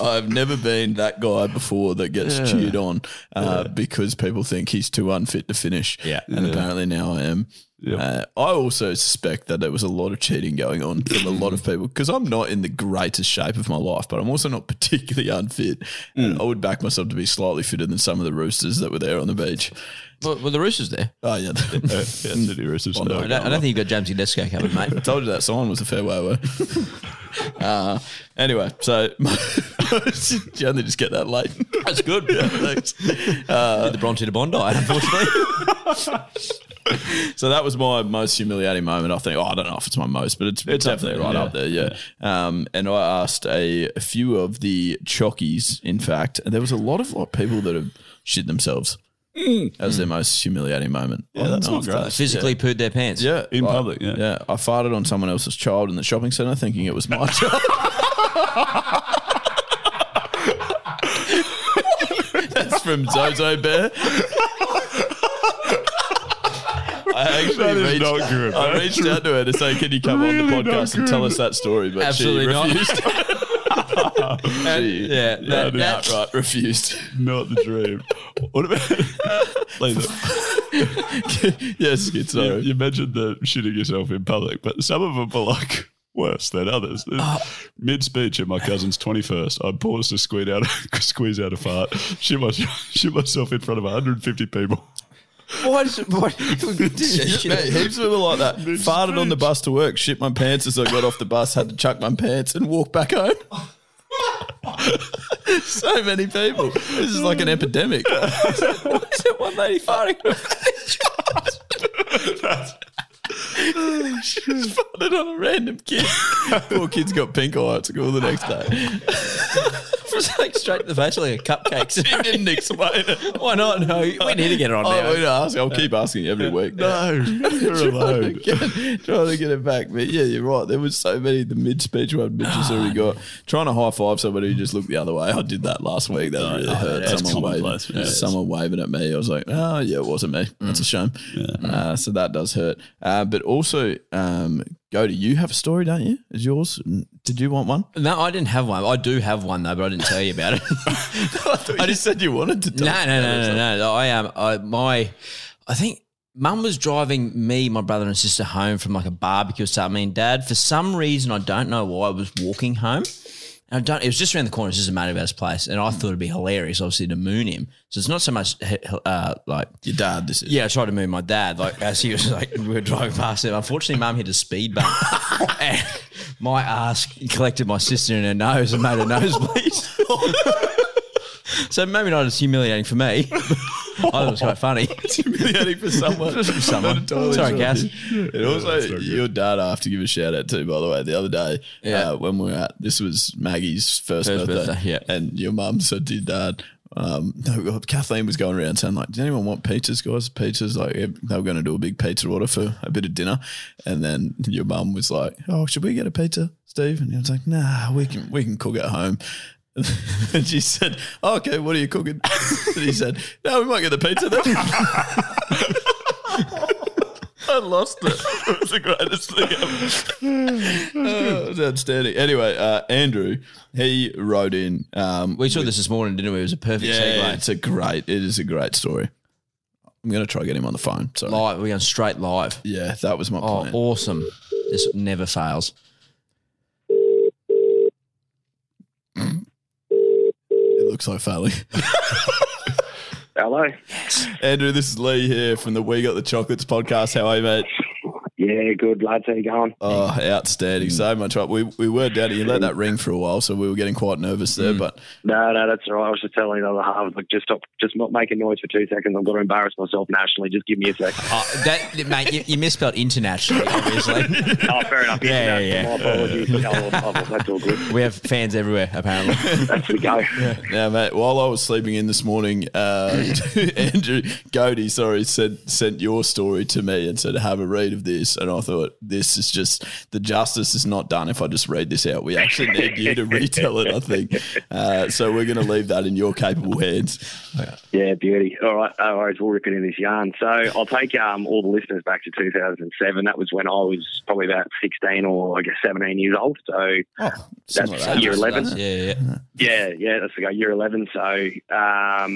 Speaker 7: I've never been that guy before that gets cheered on uh, because people think he's too unfit to finish.
Speaker 6: Yeah.
Speaker 7: And apparently now I am.
Speaker 5: Yeah.
Speaker 7: Uh, I also suspect that there was a lot of cheating going on from a lot of people because I'm not in the greatest shape of my life, but I'm also not particularly unfit. And
Speaker 6: Mm.
Speaker 7: I would back myself to be slightly fitter than some of the roosters that were there on the beach.
Speaker 6: well, well, the rooster's there.
Speaker 7: Oh, yeah.
Speaker 5: Yeah, Sydney Roosters.
Speaker 7: Oh, no,
Speaker 6: I don't, I don't think you've got Jamesy Desco covered, mate.
Speaker 7: I told you that sign was a fair way away. uh, anyway, so Jan, they just get that late. That's good. Yeah, thanks. Uh,
Speaker 6: the Bronte to Bondi, unfortunately.
Speaker 7: so that was my most humiliating moment. I think. Oh, I don't know if it's my most, but it's,
Speaker 5: It's up
Speaker 7: definitely
Speaker 5: there,
Speaker 7: right
Speaker 5: yeah.
Speaker 7: up there. Yeah. Um, and I asked a, a few of the chockies, in fact, and there was a lot of like people that have shit themselves as their most humiliating moment. I
Speaker 5: Yeah,
Speaker 7: don't
Speaker 5: that's
Speaker 7: know
Speaker 5: not
Speaker 7: if
Speaker 5: great.
Speaker 7: that's-
Speaker 6: Physically pooed their pants.
Speaker 7: Yeah,
Speaker 5: In
Speaker 7: like-
Speaker 5: public, yeah.
Speaker 7: yeah. I farted on someone else's child in the shopping centre, thinking it was my child. That's from Zozo Bear. I
Speaker 5: That
Speaker 7: actually
Speaker 5: is
Speaker 7: reached,
Speaker 5: not good,
Speaker 7: I
Speaker 5: man.
Speaker 7: reached out to her to say, "Can you come on
Speaker 5: Really
Speaker 7: the
Speaker 5: not
Speaker 7: podcast and
Speaker 5: good.
Speaker 7: tell us that story?" But
Speaker 6: Absolutely
Speaker 7: she
Speaker 6: not.
Speaker 7: refused. she
Speaker 6: yeah, that- that-
Speaker 7: outright refused.
Speaker 5: Not the dream. What about like the,
Speaker 7: yes, it's
Speaker 5: you, you mentioned the shitting yourself in public, but some of them were like worse than others.
Speaker 6: Uh,
Speaker 5: Mid speech at my cousin's twenty first, I paused to squeeze out squeeze out a fart, shit, my, shit myself in front of one hundred and fifty people.
Speaker 6: Why? What?
Speaker 7: Mate, heaps of people like that. Farted on the bus to work, shit my pants as I got off the bus, had to chuck my pants and walk back home. so many people. This is like an epidemic.
Speaker 6: Is it one lady farting?
Speaker 7: Just farted on a random kid. Poor kid's got pink eye at school the next day.
Speaker 6: Just like straight to the face, like a cupcake.
Speaker 7: Didn't explain it.
Speaker 6: Why not? No, we need to get it on
Speaker 7: Oh,
Speaker 6: now.
Speaker 7: we don't ask. I'll keep asking every week.
Speaker 5: No, you're
Speaker 7: trying, to
Speaker 5: alone.
Speaker 7: get, trying to get it back. But yeah, you're right. There was so many the mid speech one Mitch has already got. Trying to high five somebody who just looked the other way. I did that last week. That really hurt.
Speaker 5: that's
Speaker 7: someone waving,
Speaker 5: commonplace. Yeah.
Speaker 7: someone waving at me. I was like, oh yeah, it wasn't me. That's a shame. Uh, so that does hurt. Uh, but also, um, go to you have a story, don't you? Is yours? Did you want one?
Speaker 6: No, I didn't have one. I do have one though, but I didn't tell you about it.
Speaker 7: I thought you just said you wanted to.
Speaker 6: no, no, no, no, no, no. I am. Um, I my, I think mum was driving me, my brother and sister home from like a barbecue or something. And dad, for some reason, I don't know why, was walking home. And I don't. It was just around the corner. It's just a mate of ours place, and I
Speaker 7: Mm.
Speaker 6: thought it'd be hilarious, obviously, to moon him. So it's not so much uh, like
Speaker 7: Your dad. This is.
Speaker 6: yeah, I tried to move my dad. Like as he was like, we were driving past him. Unfortunately, mum hit a speed bump, and my ass collected my sister in her nose and made her nosebleed. so maybe not as humiliating for me. I thought it was quite funny.
Speaker 7: It's humiliating for someone.
Speaker 6: For someone.
Speaker 7: Not entirely
Speaker 6: Sorry,
Speaker 7: sure.
Speaker 6: Gaz.
Speaker 7: And also,
Speaker 5: that's not good.
Speaker 7: your dad, I have to give a shout out to, by the way. The other day, uh, when we were at, this was Maggie's first,
Speaker 6: First
Speaker 7: birthday.
Speaker 6: birthday, yeah.
Speaker 7: And your mum said to your dad, um, no, God, Kathleen was going around saying, like, does anyone want pizzas, guys? Pizzas? Like, yeah, they were going to do a big pizza order for a bit of dinner. And then your mum was like, oh, should we get a pizza, Steve? And he was like, nah, we can, we can cook at home. and she said, "Oh, okay, what are you cooking? and he said, no, we might get the pizza then. I lost it. It was the greatest thing ever. Oh, it was outstanding. Anyway, uh, Andrew, he wrote in. Um,
Speaker 6: We saw this this morning, didn't we? It was a perfect
Speaker 7: yeah,
Speaker 6: segue.
Speaker 7: it's a great. It is a great story. I'm going to try get him on the phone. Sorry.
Speaker 6: Live, we're going straight live.
Speaker 7: Yeah, that was my
Speaker 6: Oh,
Speaker 7: plan.
Speaker 6: awesome! This never fails.
Speaker 7: It looks like failing.
Speaker 9: Hello.
Speaker 7: Andrew, this is Lee here from the We Got the Chocolates podcast. How are you, mate?
Speaker 9: Yeah, good lads. How you going?
Speaker 7: Oh, outstanding. So much up. We, we were down. You let that ring for a while, so we were getting quite nervous there, but
Speaker 9: No, no, that's all right. I was just telling the other half, I was like, just stop, just not making noise for two seconds. I've got to embarrass myself nationally. Just give me a sec.
Speaker 6: Uh, that mate, you, you misspelled internationally. Obviously,
Speaker 9: oh, fair enough.
Speaker 6: Yeah, yeah,
Speaker 9: My apologies. Oh, well, well, that's all good.
Speaker 6: we have fans everywhere. Apparently,
Speaker 9: That's the go.
Speaker 7: Now, mate, while I was sleeping in this morning, uh, Andrew Godey, sorry, said, sent your story to me and said, have a read of this. this, and I thought this is just the justice is not done if I just read this out. We actually need you to retell it. I think uh, so. We're going to leave that in your capable hands.
Speaker 9: Yeah, beauty. All right, no worries. We'll rip it in this yarn. So I'll take um, all the listeners back to 2007. That was when I was probably about 16 or I guess 17 years old. So
Speaker 7: similar
Speaker 9: that's
Speaker 7: age.
Speaker 9: year 11.
Speaker 6: Yeah, yeah.
Speaker 9: Yeah, yeah, that's the guy. Year 11. So um,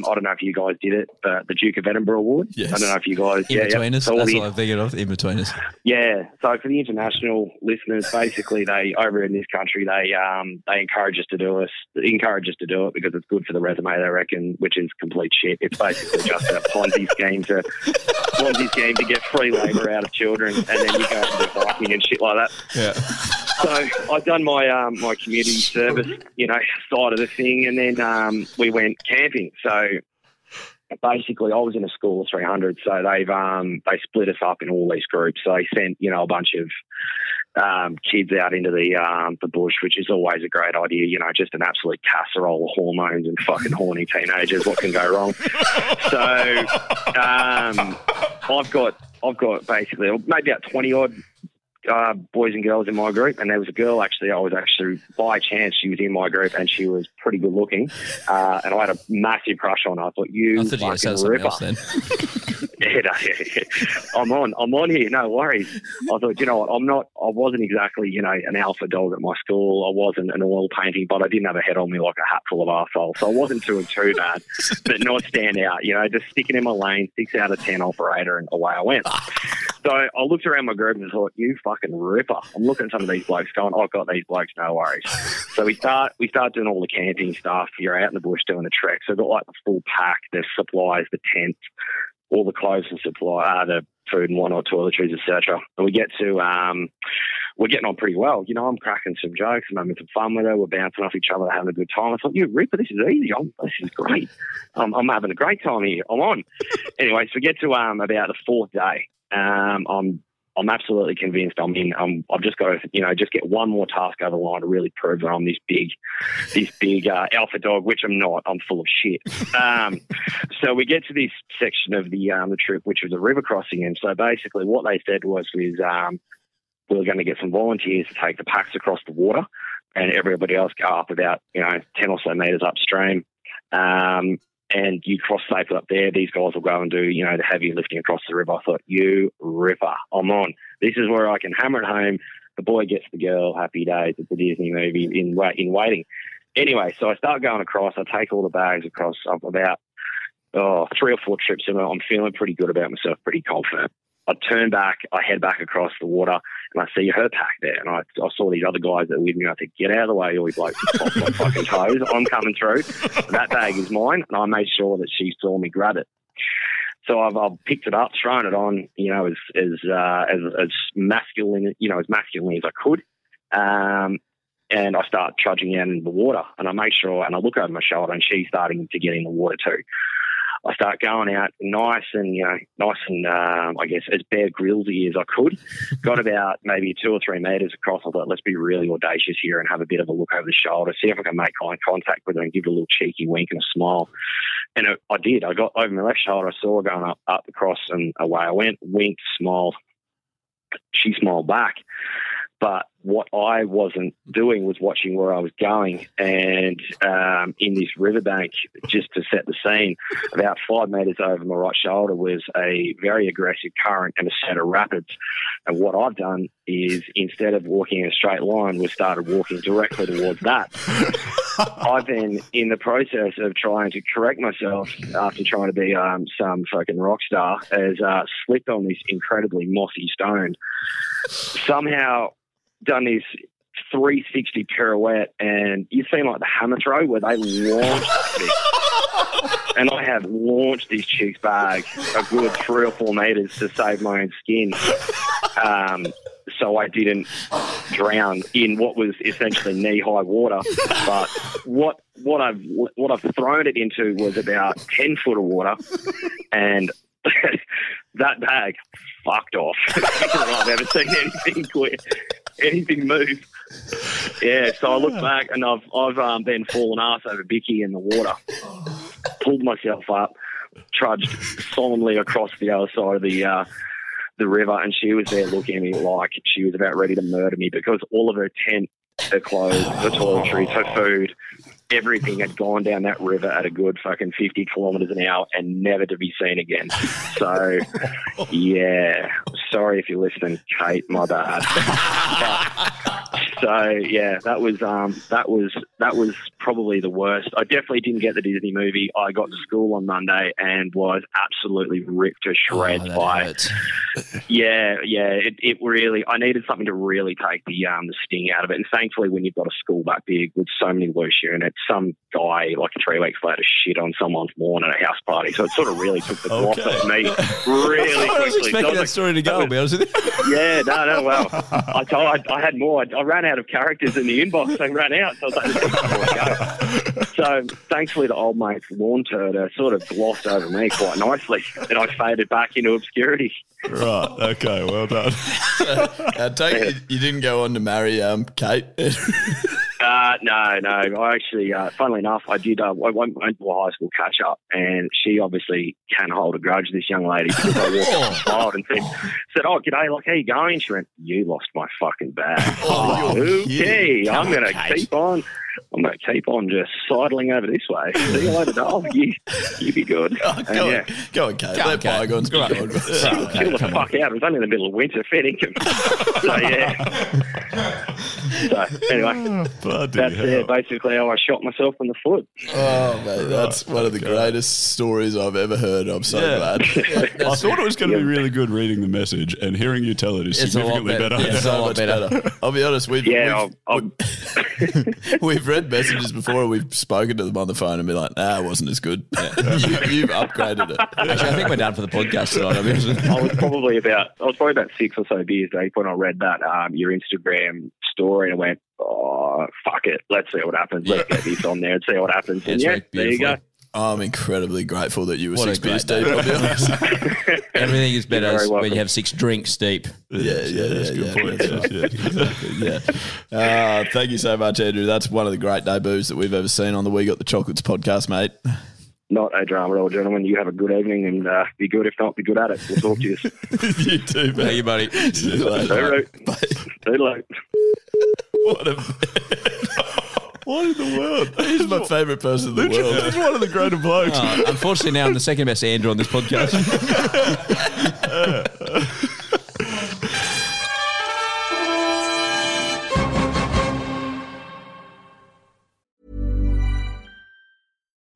Speaker 9: I don't know if you guys did it, but the Duke of Edinburgh Award.
Speaker 6: Yes.
Speaker 9: I don't know if you guys.
Speaker 6: In
Speaker 9: yeah,
Speaker 6: between
Speaker 9: yeah.
Speaker 6: us.
Speaker 9: So all
Speaker 6: That's
Speaker 9: the-
Speaker 6: what I'm thinking of. In between us.
Speaker 9: yeah. So for the international listeners, basically they over in this country they um they encourage us to do us encourage us to do it because it's good for the resume they reckon, which is complete shit. It's basically just a Ponzi scheme to Ponzi scheme to get free labour out of children, and then you go and do biking and shit like that. So I've done my um, my community service, you know, side of the thing, and then um, we went camping. So basically, I was in a school of 300, so they've um, they split us up in all these groups. So they sent you know a bunch of um, kids out into the um, the bush, which is always a great idea. You know, just an absolute casserole of hormones and fucking horny teenagers. What can go wrong? So um, I've got I've got basically maybe about 20 odd uh, boys and girls in my group, and there was a girl actually. I was actually by chance she was in my group, and she was pretty good looking, uh, and I had a massive crush on her. I thought you
Speaker 6: I thought you were
Speaker 9: fucking
Speaker 6: saying something
Speaker 9: ripper.
Speaker 6: else then.
Speaker 9: Yeah, no, yeah, yeah. I'm on. I'm on here. No worries. I thought, you know what? I'm not. I wasn't exactly, you know, an alpha dog at my school. I wasn't an oil painting, but I didn't have a head on me like a hat full of arseholes. So I wasn't doing too bad, but not stand out. You know, just sticking in my lane, six out of ten operator, and away I went. So I looked around my group and thought, "You fucking ripper!" I'm looking at some of these blokes going, "I've got these blokes, no worries." So we start we start doing all the camping stuff. You're out in the bush doing the trek. So I've got like the full pack, the supplies, the tent, all the clothes and supply, uh, the food and whatnot, toiletries, etc. And we get to, um, we're getting on pretty well. You know, I'm cracking some jokes, I'm having some fun with her. We're bouncing off each other, having a good time. I thought, you Ripper, this is easy. I'm, this is great. I'm, I'm having a great time here. I'm on. anyway, so we get to um, about the fourth day. Um, I'm I'm absolutely convinced I'm in. Um, I've just got to, you know, just get one more task over the line to really prove that I'm this big, this big uh, alpha dog, which I'm not. I'm full of shit. Um, so we get to this section of the um, the trip, which was a river crossing, and so basically what they said was, was um, we were going to get some volunteers to take the packs across the water, and everybody else go up about you know ten or so meters upstream. Um, and you cross safely up there. These guys will go and do, you know, the heavy lifting across the river. I thought, you ripper, I'm on. This is where I can hammer it home. The boy gets the girl. Happy days. It's a Disney movie in wait in waiting. Anyway, so I start going across. I take all the bags across. I'm about oh, three or four trips in. I'm feeling pretty good about myself. Pretty confident. I turn back. I head back across the water, and I see her pack there. And I, I saw these other guys that were with me. I think, get out of the way, you blokes! Pop my fucking toes. I'm coming through that bag is mine, and I made sure that she saw me grab it. So I've, I've picked it up, thrown it on, you know, as as, uh, as as masculine, you know, as masculinely as I could, um, and I start trudging out in the water, and I make sure, and I look over my shoulder, and she's starting to get in the water too. I start going out nice and you know nice and um, I guess as bear grillsy as I could. Got about maybe two or three meters across. I thought let's be really audacious here and have a bit of a look over the shoulder, see if I can make eye contact with her and give her a little cheeky wink and a smile. And it, I did. I got over my left shoulder. I saw her going up, up across and away. I went, winked, smiled. She smiled back. But what I wasn't doing was watching where I was going. And um, in this riverbank, just to set the scene, about five metres over my right shoulder was a very aggressive current and a set of rapids. And what I've done is instead of walking in a straight line, we started walking directly towards that. I've been in the process of trying to correct myself after trying to be um, some fucking rock star, has uh, slipped on this incredibly mossy stone. Somehow done this 360 pirouette, and you've seen like the hammer throw where they launch this and I have launched this chick's bag a good three or four meters to save my own skin. Um, so I didn't drown in what was essentially knee high water. But what what I've what I've thrown it into was about ten foot of water, and that bag fucked off. I've never seen anything quit, anything move. Yeah, so I look back and I've I've um, been falling ass over Bicky in the water pulled myself up, trudged solemnly across the other side of the uh, the river, and she was there looking at me like she was about ready to murder me because all of her tent, her clothes, her toiletries, her food, everything had gone down that river at a good fucking 50 kilometres an hour and never to be seen again. So, yeah, sorry if you're listening, Kate, my bad. But- so yeah, that was um, that was that was probably the worst. I definitely didn't get the Disney movie. I got to school on Monday and was absolutely ripped
Speaker 7: Oh,
Speaker 9: to shreds
Speaker 6: Oh,
Speaker 9: by. Yeah, yeah. It, it really. I needed something to really take the um, the sting out of it. And thankfully, when you've got a school that big with so many loose units, some guy like three weeks later shit on someone's lawn at a house party. So it sort of really took the gloss
Speaker 7: Okay.
Speaker 9: off me really
Speaker 7: I was
Speaker 9: quickly. So I
Speaker 7: expecting
Speaker 9: was
Speaker 7: that
Speaker 9: like,
Speaker 7: story to go, I'll be honest with you.
Speaker 9: yeah, no, no. Well, I told, I, I had more. I, I ran out of characters in the inbox. I ran out. So, I was like, "There's got more to go." so thankfully, the old mate's lawn turd sort of glossed over me quite nicely, and I faded back into obscurity.
Speaker 5: Right. Okay. Well done.
Speaker 7: I uh, take it you didn't go on to marry um, Kate.
Speaker 9: Uh, no, no. I actually, uh, funnily enough, I did. Uh, I went, went to a high school catch up, and she obviously can hold a grudge. This young lady because I walked up to the child and said, "said Oh, g'day, like how you going?" She went, "You lost my fucking bag."
Speaker 7: Oh,
Speaker 9: okay,
Speaker 7: kidding.
Speaker 9: I'm
Speaker 7: Come
Speaker 9: gonna
Speaker 7: on, Kate.
Speaker 9: keep on. I'm gonna keep on just sidling over this way. See you later, doll. You, you be good. And,
Speaker 7: go,
Speaker 9: yeah,
Speaker 7: on, go on, Kate.
Speaker 9: Go on,
Speaker 7: Let
Speaker 9: Kate.
Speaker 7: bygones be
Speaker 9: Go on.
Speaker 7: bygones.
Speaker 9: Chill the fuck out. It was only in the middle of winter, fair income. so yeah. so anyway,
Speaker 5: Bloody
Speaker 9: that's
Speaker 7: Ah, hell.
Speaker 9: yeah, basically how I shot myself in the foot.
Speaker 7: Oh, mate, that's one of the greatest stories I've ever heard. I'm so
Speaker 5: Yeah.
Speaker 7: glad.
Speaker 5: I thought it was going to be really good reading the message, and hearing you tell it is
Speaker 7: It's a lot
Speaker 5: significantly
Speaker 7: better.
Speaker 5: better.
Speaker 7: It's a lot better. I'll be honest, we've
Speaker 9: Yeah,
Speaker 7: we've, we've, we've read messages before and we've spoken to them on the phone and been like, nah, it wasn't as good. you, have upgraded it.
Speaker 6: Actually, I think we're done for the podcast tonight. I
Speaker 9: I was probably about I was probably about six or so beers deep when I read that um, your Instagram story and I went, oh fuck it, let's see what happens. Let's get this on there and see what happens. And yeah, there you go.
Speaker 7: I'm incredibly grateful that you were
Speaker 6: What a
Speaker 7: six beers
Speaker 6: great
Speaker 7: deep. I'll be
Speaker 6: day.
Speaker 7: honest.
Speaker 6: Everything is
Speaker 7: You're
Speaker 6: better
Speaker 7: very
Speaker 6: when
Speaker 7: welcome.
Speaker 6: you have six drinks deep.
Speaker 7: Yeah, yeah, yeah.
Speaker 6: that's a good
Speaker 7: yeah,
Speaker 6: point.
Speaker 7: that's right. yeah. Uh, thank you so much, Andrew. That's one of the great debuts that we've ever seen on the We Got the Chocolates podcast, mate.
Speaker 9: Not a drama at all, gentlemen. You have a good evening and uh, be good. If not, be good at it. We'll talk to you. soon.
Speaker 7: you too, mate.
Speaker 6: Thank you, buddy.
Speaker 7: See you later.
Speaker 9: All right. See you later.
Speaker 7: What, a, what in the world? He's my favourite person in the world. He's one of the greater blokes.
Speaker 6: Oh, unfortunately, now I'm the second best Andrew on this podcast.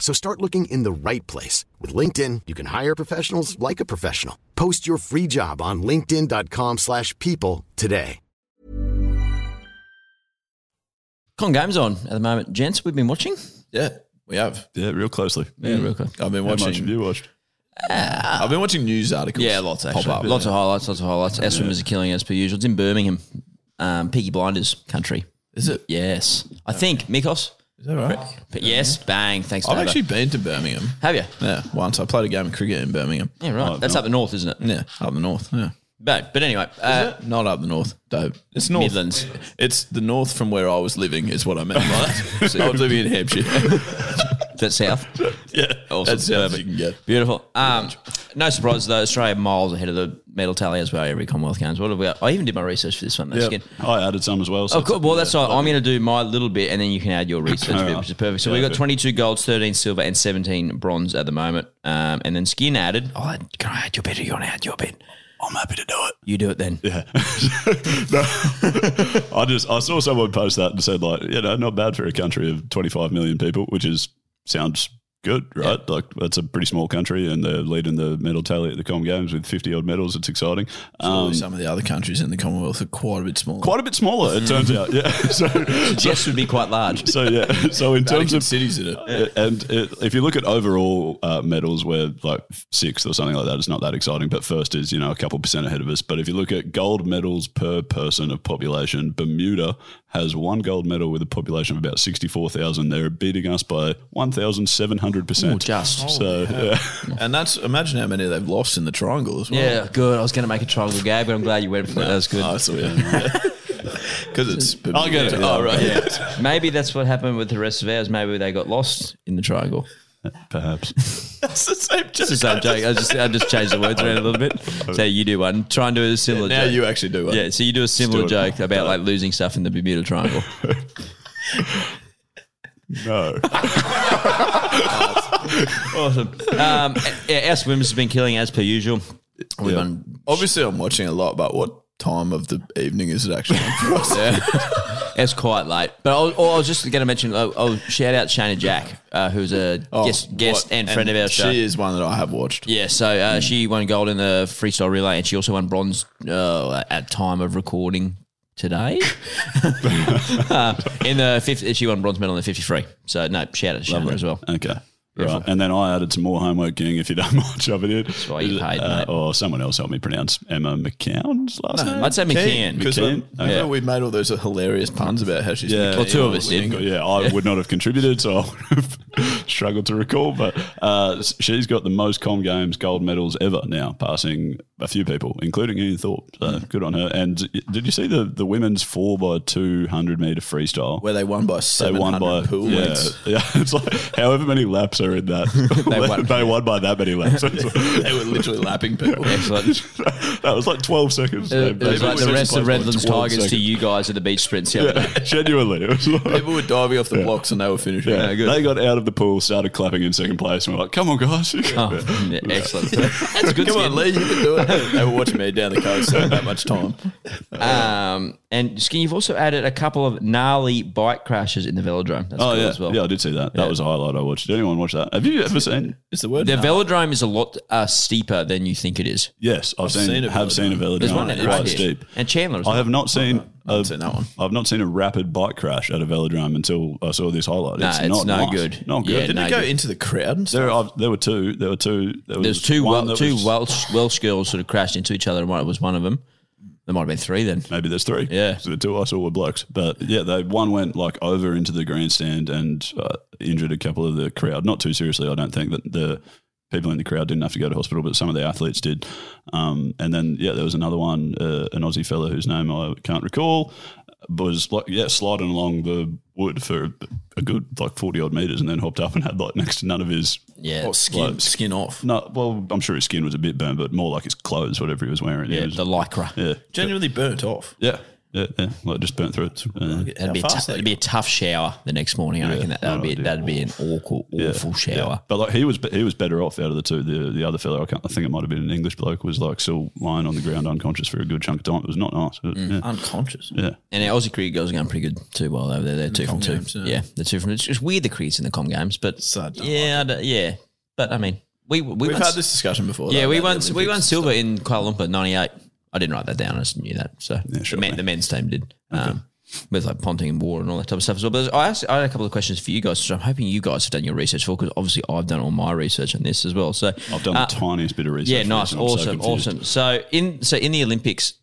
Speaker 10: So start looking in the right place. With LinkedIn, you can hire professionals like a professional. Post your free job on linkedin.com/people slash people today.
Speaker 6: Con games on at the moment, gents. We've been watching.
Speaker 7: Yeah, we have.
Speaker 5: Yeah, real closely.
Speaker 6: Yeah, real close.
Speaker 7: I've been
Speaker 5: How much
Speaker 7: watching.
Speaker 5: have you watched?
Speaker 7: I've been watching news articles.
Speaker 6: Yeah, lots actually.
Speaker 7: Pop up.
Speaker 6: Lots of highlights. Lots of highlights. Our swimmers are killing us per usual. It's in Birmingham, um, Peaky Blinders country.
Speaker 7: Is it?
Speaker 6: Yes, I think Mikos.
Speaker 7: Is that right?
Speaker 6: But yes, bang. Thanks.
Speaker 7: I've
Speaker 6: Davo.
Speaker 7: actually been to Birmingham.
Speaker 6: have you?
Speaker 7: Yeah, once I played a game of cricket in Birmingham.
Speaker 6: Yeah, right.
Speaker 5: I've
Speaker 6: That's
Speaker 5: not.
Speaker 6: up the north, isn't it?
Speaker 7: Yeah, up the north. Yeah,
Speaker 6: But but anyway, uh,
Speaker 7: not up the north, Dave. It's north.
Speaker 6: Midlands.
Speaker 7: It's the north from where I was living. Is what I meant by that. So I was living in Hampshire.
Speaker 6: that's south.
Speaker 7: yeah,
Speaker 6: Awesome.
Speaker 7: that's how you can get.
Speaker 6: Beautiful. Um, no surprise though. Australia miles ahead of the medal tally as well. Every Commonwealth Games. What have we got? I even did my research for this one. That's
Speaker 5: Yeah.
Speaker 6: good.
Speaker 5: I added some as well. So
Speaker 6: Oh, cool. Well, that's all. right. I'm going to do my little bit, and then you can add your research
Speaker 5: All
Speaker 6: bit,
Speaker 5: right.
Speaker 6: which is perfect. So
Speaker 5: Yeah,
Speaker 6: we've got
Speaker 5: good.
Speaker 6: 22 golds, 13 silver, and 17 bronze at the moment. Um, and then skin added. Oh, can I add your bit? Or you want to add your bit?
Speaker 5: I'm happy to do it.
Speaker 6: You do it then.
Speaker 5: Yeah. No. I just I saw someone post that and said like, you know, not bad for a country of 25 million people, which is sounds good, right? Like that's a pretty small country, and they're leading the medal tally at the Com Games with fifty odd medals. It's exciting. Um,
Speaker 7: Surely some of the other countries in the Commonwealth are quite a bit smaller.
Speaker 5: Quite a bit smaller, it turns out. Yeah. So
Speaker 6: Jess would be quite large.
Speaker 5: So yeah. So in terms
Speaker 7: Vatican
Speaker 5: of
Speaker 7: cities in it,
Speaker 5: and it, if you look at overall uh, medals, we're like sixth or something like that. It's not that exciting, but first is you know a couple percent ahead of us. But if you look at gold medals per person of population, Bermuda has one gold medal with a population of about sixty four thousand. They're beating us by one thousand seven hundred
Speaker 6: Ooh,
Speaker 5: percent.
Speaker 6: Oh, just.
Speaker 5: so yeah.
Speaker 7: and that's imagine how many they've lost in the triangle as well.
Speaker 6: Yeah, good. I was going to make a triangle gag, but I'm glad you went for it. That was good.
Speaker 7: Oh, so yeah. Because it's
Speaker 5: I'll get it.
Speaker 7: Oh, right. Yeah.
Speaker 6: Yeah. Maybe that's what happened with the rest of ours. Maybe they got lost in the triangle.
Speaker 5: perhaps
Speaker 7: That's the same
Speaker 6: It's the same joke. I just I just changed the words around a little bit. So you do one. Try and do a similar
Speaker 7: Now
Speaker 6: joke.
Speaker 7: you actually do it.
Speaker 6: yeah, so you do a similar
Speaker 5: do it.
Speaker 6: joke about like losing stuff in the Bermuda Triangle.
Speaker 5: no.
Speaker 6: awesome. Um, yeah, our swimmers have been killing as per usual. We've
Speaker 7: Yeah.
Speaker 6: been
Speaker 7: Obviously, I'm watching a lot, but what time of the evening is it actually? on for us?
Speaker 6: It's quite late, but I was, I was just going to mention. I'll, I'll shout out Shana Jack, uh, who's a
Speaker 7: Oh,
Speaker 6: guest, guest
Speaker 7: what-
Speaker 6: and friend of our show.
Speaker 7: She is one that I have watched.
Speaker 6: Yeah, so uh, she won gold in the freestyle relay, and she also won bronze uh, at time of recording today. uh, in the 50, she won bronze medal in the fifty-three. So no, shout out to Shana as well.
Speaker 5: Okay. Right. And then I added some more homework, gang, if you don't mind shoving it. That's
Speaker 6: why you paid, mate.
Speaker 5: Or someone else helped me pronounce Emma McCown's last name.
Speaker 6: I'd say McCann.
Speaker 7: Because
Speaker 5: McCann? Okay.
Speaker 7: we made all those hilarious puns about how she's
Speaker 5: Yeah.
Speaker 6: Well, two of us did.
Speaker 5: Yeah, I would not have contributed, so I would have struggled to recall. But uh, s- she's got the most Com Games gold medals ever now, passing a few people, including Ian Thorpe. So
Speaker 6: Mm.
Speaker 5: good on her. And uh, did you see the, the women's 4 by 200 metre freestyle?
Speaker 7: where they won by
Speaker 5: they
Speaker 7: seven
Speaker 5: won
Speaker 7: hundred
Speaker 5: by
Speaker 7: pool
Speaker 5: yeah,
Speaker 7: lengths.
Speaker 5: yeah. It's like however many laps are in that, they,
Speaker 6: won.
Speaker 5: won. by that many laps.
Speaker 7: they were literally lapping people.
Speaker 6: Excellent.
Speaker 5: that was like twelve seconds.
Speaker 6: Uh, It
Speaker 5: They-
Speaker 6: was
Speaker 5: they-
Speaker 6: like the
Speaker 5: they-
Speaker 6: rest of
Speaker 5: like
Speaker 6: Redlands
Speaker 5: 12
Speaker 6: Tigers to
Speaker 5: seconds.
Speaker 6: you guys at the beach sprints. the other day.
Speaker 5: Yeah, genuinely, it was like,
Speaker 7: People were diving off the blocks and they were finishing.
Speaker 5: yeah,
Speaker 7: Yeah,
Speaker 5: they got out of the pool, started clapping in second place, and we're like, "Come on, guys!"
Speaker 6: Oh, yeah, excellent. That's good.
Speaker 7: Come on,
Speaker 6: Skin.
Speaker 7: Lee, you can do it. They were watching me down the coast. They had that much time.
Speaker 6: Um, and Skin, you've also added a couple of gnarly bike crashes in the velodrome. That's
Speaker 5: Oh
Speaker 6: cool
Speaker 5: yeah,
Speaker 6: as well.
Speaker 5: yeah, I did see that. That was a highlight I watched. Did anyone watch that? Have you ever seen?
Speaker 7: Is the word
Speaker 6: The velodrome is a lot uh, steeper than you think it is.
Speaker 5: Yes, I've, seen,
Speaker 7: seen a
Speaker 5: have seen a velodrome.
Speaker 6: There's one in
Speaker 5: quite
Speaker 6: right
Speaker 5: steep.
Speaker 6: and Chandler. as
Speaker 5: I
Speaker 6: well.
Speaker 5: have not seen. a-
Speaker 7: seen that one.
Speaker 5: I've not seen a rapid bike crash at a velodrome until I saw this highlight.
Speaker 6: Nah,
Speaker 5: it's,
Speaker 6: it's
Speaker 5: not
Speaker 6: no
Speaker 5: nice.
Speaker 6: good.
Speaker 5: Not
Speaker 6: Yeah,
Speaker 5: good.
Speaker 7: Did
Speaker 6: no
Speaker 7: it go
Speaker 6: good.
Speaker 7: into the crowd and
Speaker 5: There,
Speaker 7: stuff?
Speaker 5: i there were two. There were two. There was
Speaker 6: There's two
Speaker 5: one
Speaker 6: Wel-
Speaker 5: that
Speaker 6: two
Speaker 5: was-
Speaker 6: Welsh Welsh girls that have crashed into each other. and It was one of them. There might have been three then.
Speaker 5: Maybe there's three.
Speaker 6: Yeah.
Speaker 5: So the two I saw were blokes, but yeah, they one went like over into the grandstand and uh, injured a couple of the crowd. Not too seriously, I don't think. That the people in the crowd didn't have to go to hospital, but some of the athletes did. Um, and then yeah, there was another one, uh, an Aussie fella whose name I can't recall, was like yeah, sliding along the wood for a good like forty odd meters, and then hopped up and had like next to none of his
Speaker 6: Yeah,
Speaker 7: Oh, skin, skin off.
Speaker 5: No, well, I'm sure his skin was a bit burned, but more like his clothes, whatever he was wearing. He
Speaker 6: yeah,
Speaker 5: was-
Speaker 6: the lycra.
Speaker 5: yeah,
Speaker 7: Genuinely burnt off.
Speaker 5: yeah, yeah, yeah. Like just burnt through it. Uh,
Speaker 6: That'd be, a
Speaker 7: fast
Speaker 6: tough,
Speaker 7: they Oh,
Speaker 6: that'd be a tough shower the next morning. I reckon that that'd be that'd be an awful, awful shower.
Speaker 5: But like he was, he was better off out of the two. The the other fellow, I, can't, I think it might have been an English bloke, was like still lying on the ground unconscious for a good chunk of time. It was not nice. It- yeah.
Speaker 7: Mm. Unconscious.
Speaker 5: yeah.
Speaker 6: And our Aussie cricket girls are going pretty good too. Well, over there, they're two from
Speaker 7: Com
Speaker 6: two.
Speaker 7: games,
Speaker 6: yeah.
Speaker 7: yeah.
Speaker 6: they're two from. It's just weird the crickets in the com games, but
Speaker 7: So I don't
Speaker 6: yeah, I don't- yeah. But I mean, we we
Speaker 7: We've
Speaker 6: won,
Speaker 7: had this discussion before.
Speaker 6: Yeah,
Speaker 7: though,
Speaker 6: we
Speaker 7: about
Speaker 6: won
Speaker 7: the
Speaker 6: we
Speaker 7: Olympics
Speaker 6: won
Speaker 7: and
Speaker 6: silver in Kuala Lumpur '98. I didn't write that down. I just knew that. So
Speaker 5: sure,
Speaker 6: the, men,
Speaker 5: mate.
Speaker 6: the men's team did. Um, with like ponting and water and all that type of stuff as well. But I asked, I had a couple of questions for you guys, which I'm hoping you guys have done your research for, because obviously I've done all my research on this as well. So
Speaker 5: I've done
Speaker 6: uh,
Speaker 5: the tiniest bit of research.
Speaker 6: yeah,
Speaker 5: for
Speaker 6: nice,
Speaker 5: this and I'm so
Speaker 6: awesome,
Speaker 5: confused.
Speaker 6: awesome. So in so in the Olympics,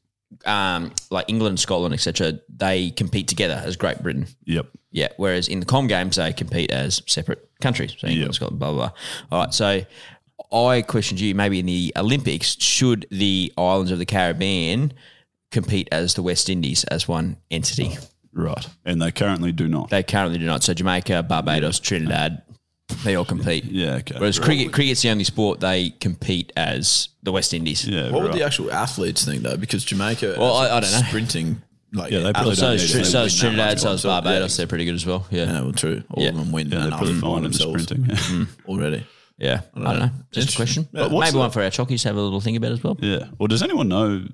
Speaker 6: um, like England, Scotland, etc., they compete together as Great Britain.
Speaker 5: Yep.
Speaker 6: Yeah. Whereas in the Com Games, they compete as separate countries. So England,
Speaker 5: Yeah.
Speaker 6: Scotland, blah, blah, blah. All right. So I questioned you maybe in the Olympics, should the islands of the Caribbean compete as the West Indies as one entity?
Speaker 5: Right. And they currently do not.
Speaker 6: They currently do not. So Jamaica, Barbados, Trinidad, they all compete.
Speaker 5: yeah. Okay.
Speaker 6: Whereas cricket, cricket's the only sport they compete as the West Indies.
Speaker 5: yeah.
Speaker 7: What
Speaker 5: right.
Speaker 7: would the actual athletes think though? Because Jamaica,
Speaker 6: Well,
Speaker 7: as
Speaker 6: I- I
Speaker 7: a
Speaker 6: don't know.
Speaker 7: Sprinting, like
Speaker 5: Yeah, they probably
Speaker 6: So
Speaker 5: don't
Speaker 6: is,
Speaker 5: need
Speaker 6: Trin-
Speaker 5: to.
Speaker 6: so
Speaker 5: They
Speaker 6: is
Speaker 5: win that
Speaker 6: Trinidad,
Speaker 5: much
Speaker 6: so is
Speaker 5: more.
Speaker 6: Barbados. They're pretty good as well. Yeah.
Speaker 7: Yeah, well, true. All
Speaker 6: Yeah.
Speaker 7: of them win
Speaker 5: Yeah, they're
Speaker 7: enough
Speaker 5: pretty
Speaker 7: by
Speaker 5: fine in the
Speaker 7: themselves Mm.
Speaker 5: sprinting. Yeah.
Speaker 7: already.
Speaker 6: Yeah. I don't know. Just a question.
Speaker 5: But what's
Speaker 6: Maybe
Speaker 5: the-
Speaker 6: one for our chockies to have a little think about as well.
Speaker 5: yeah. Well, does anyone know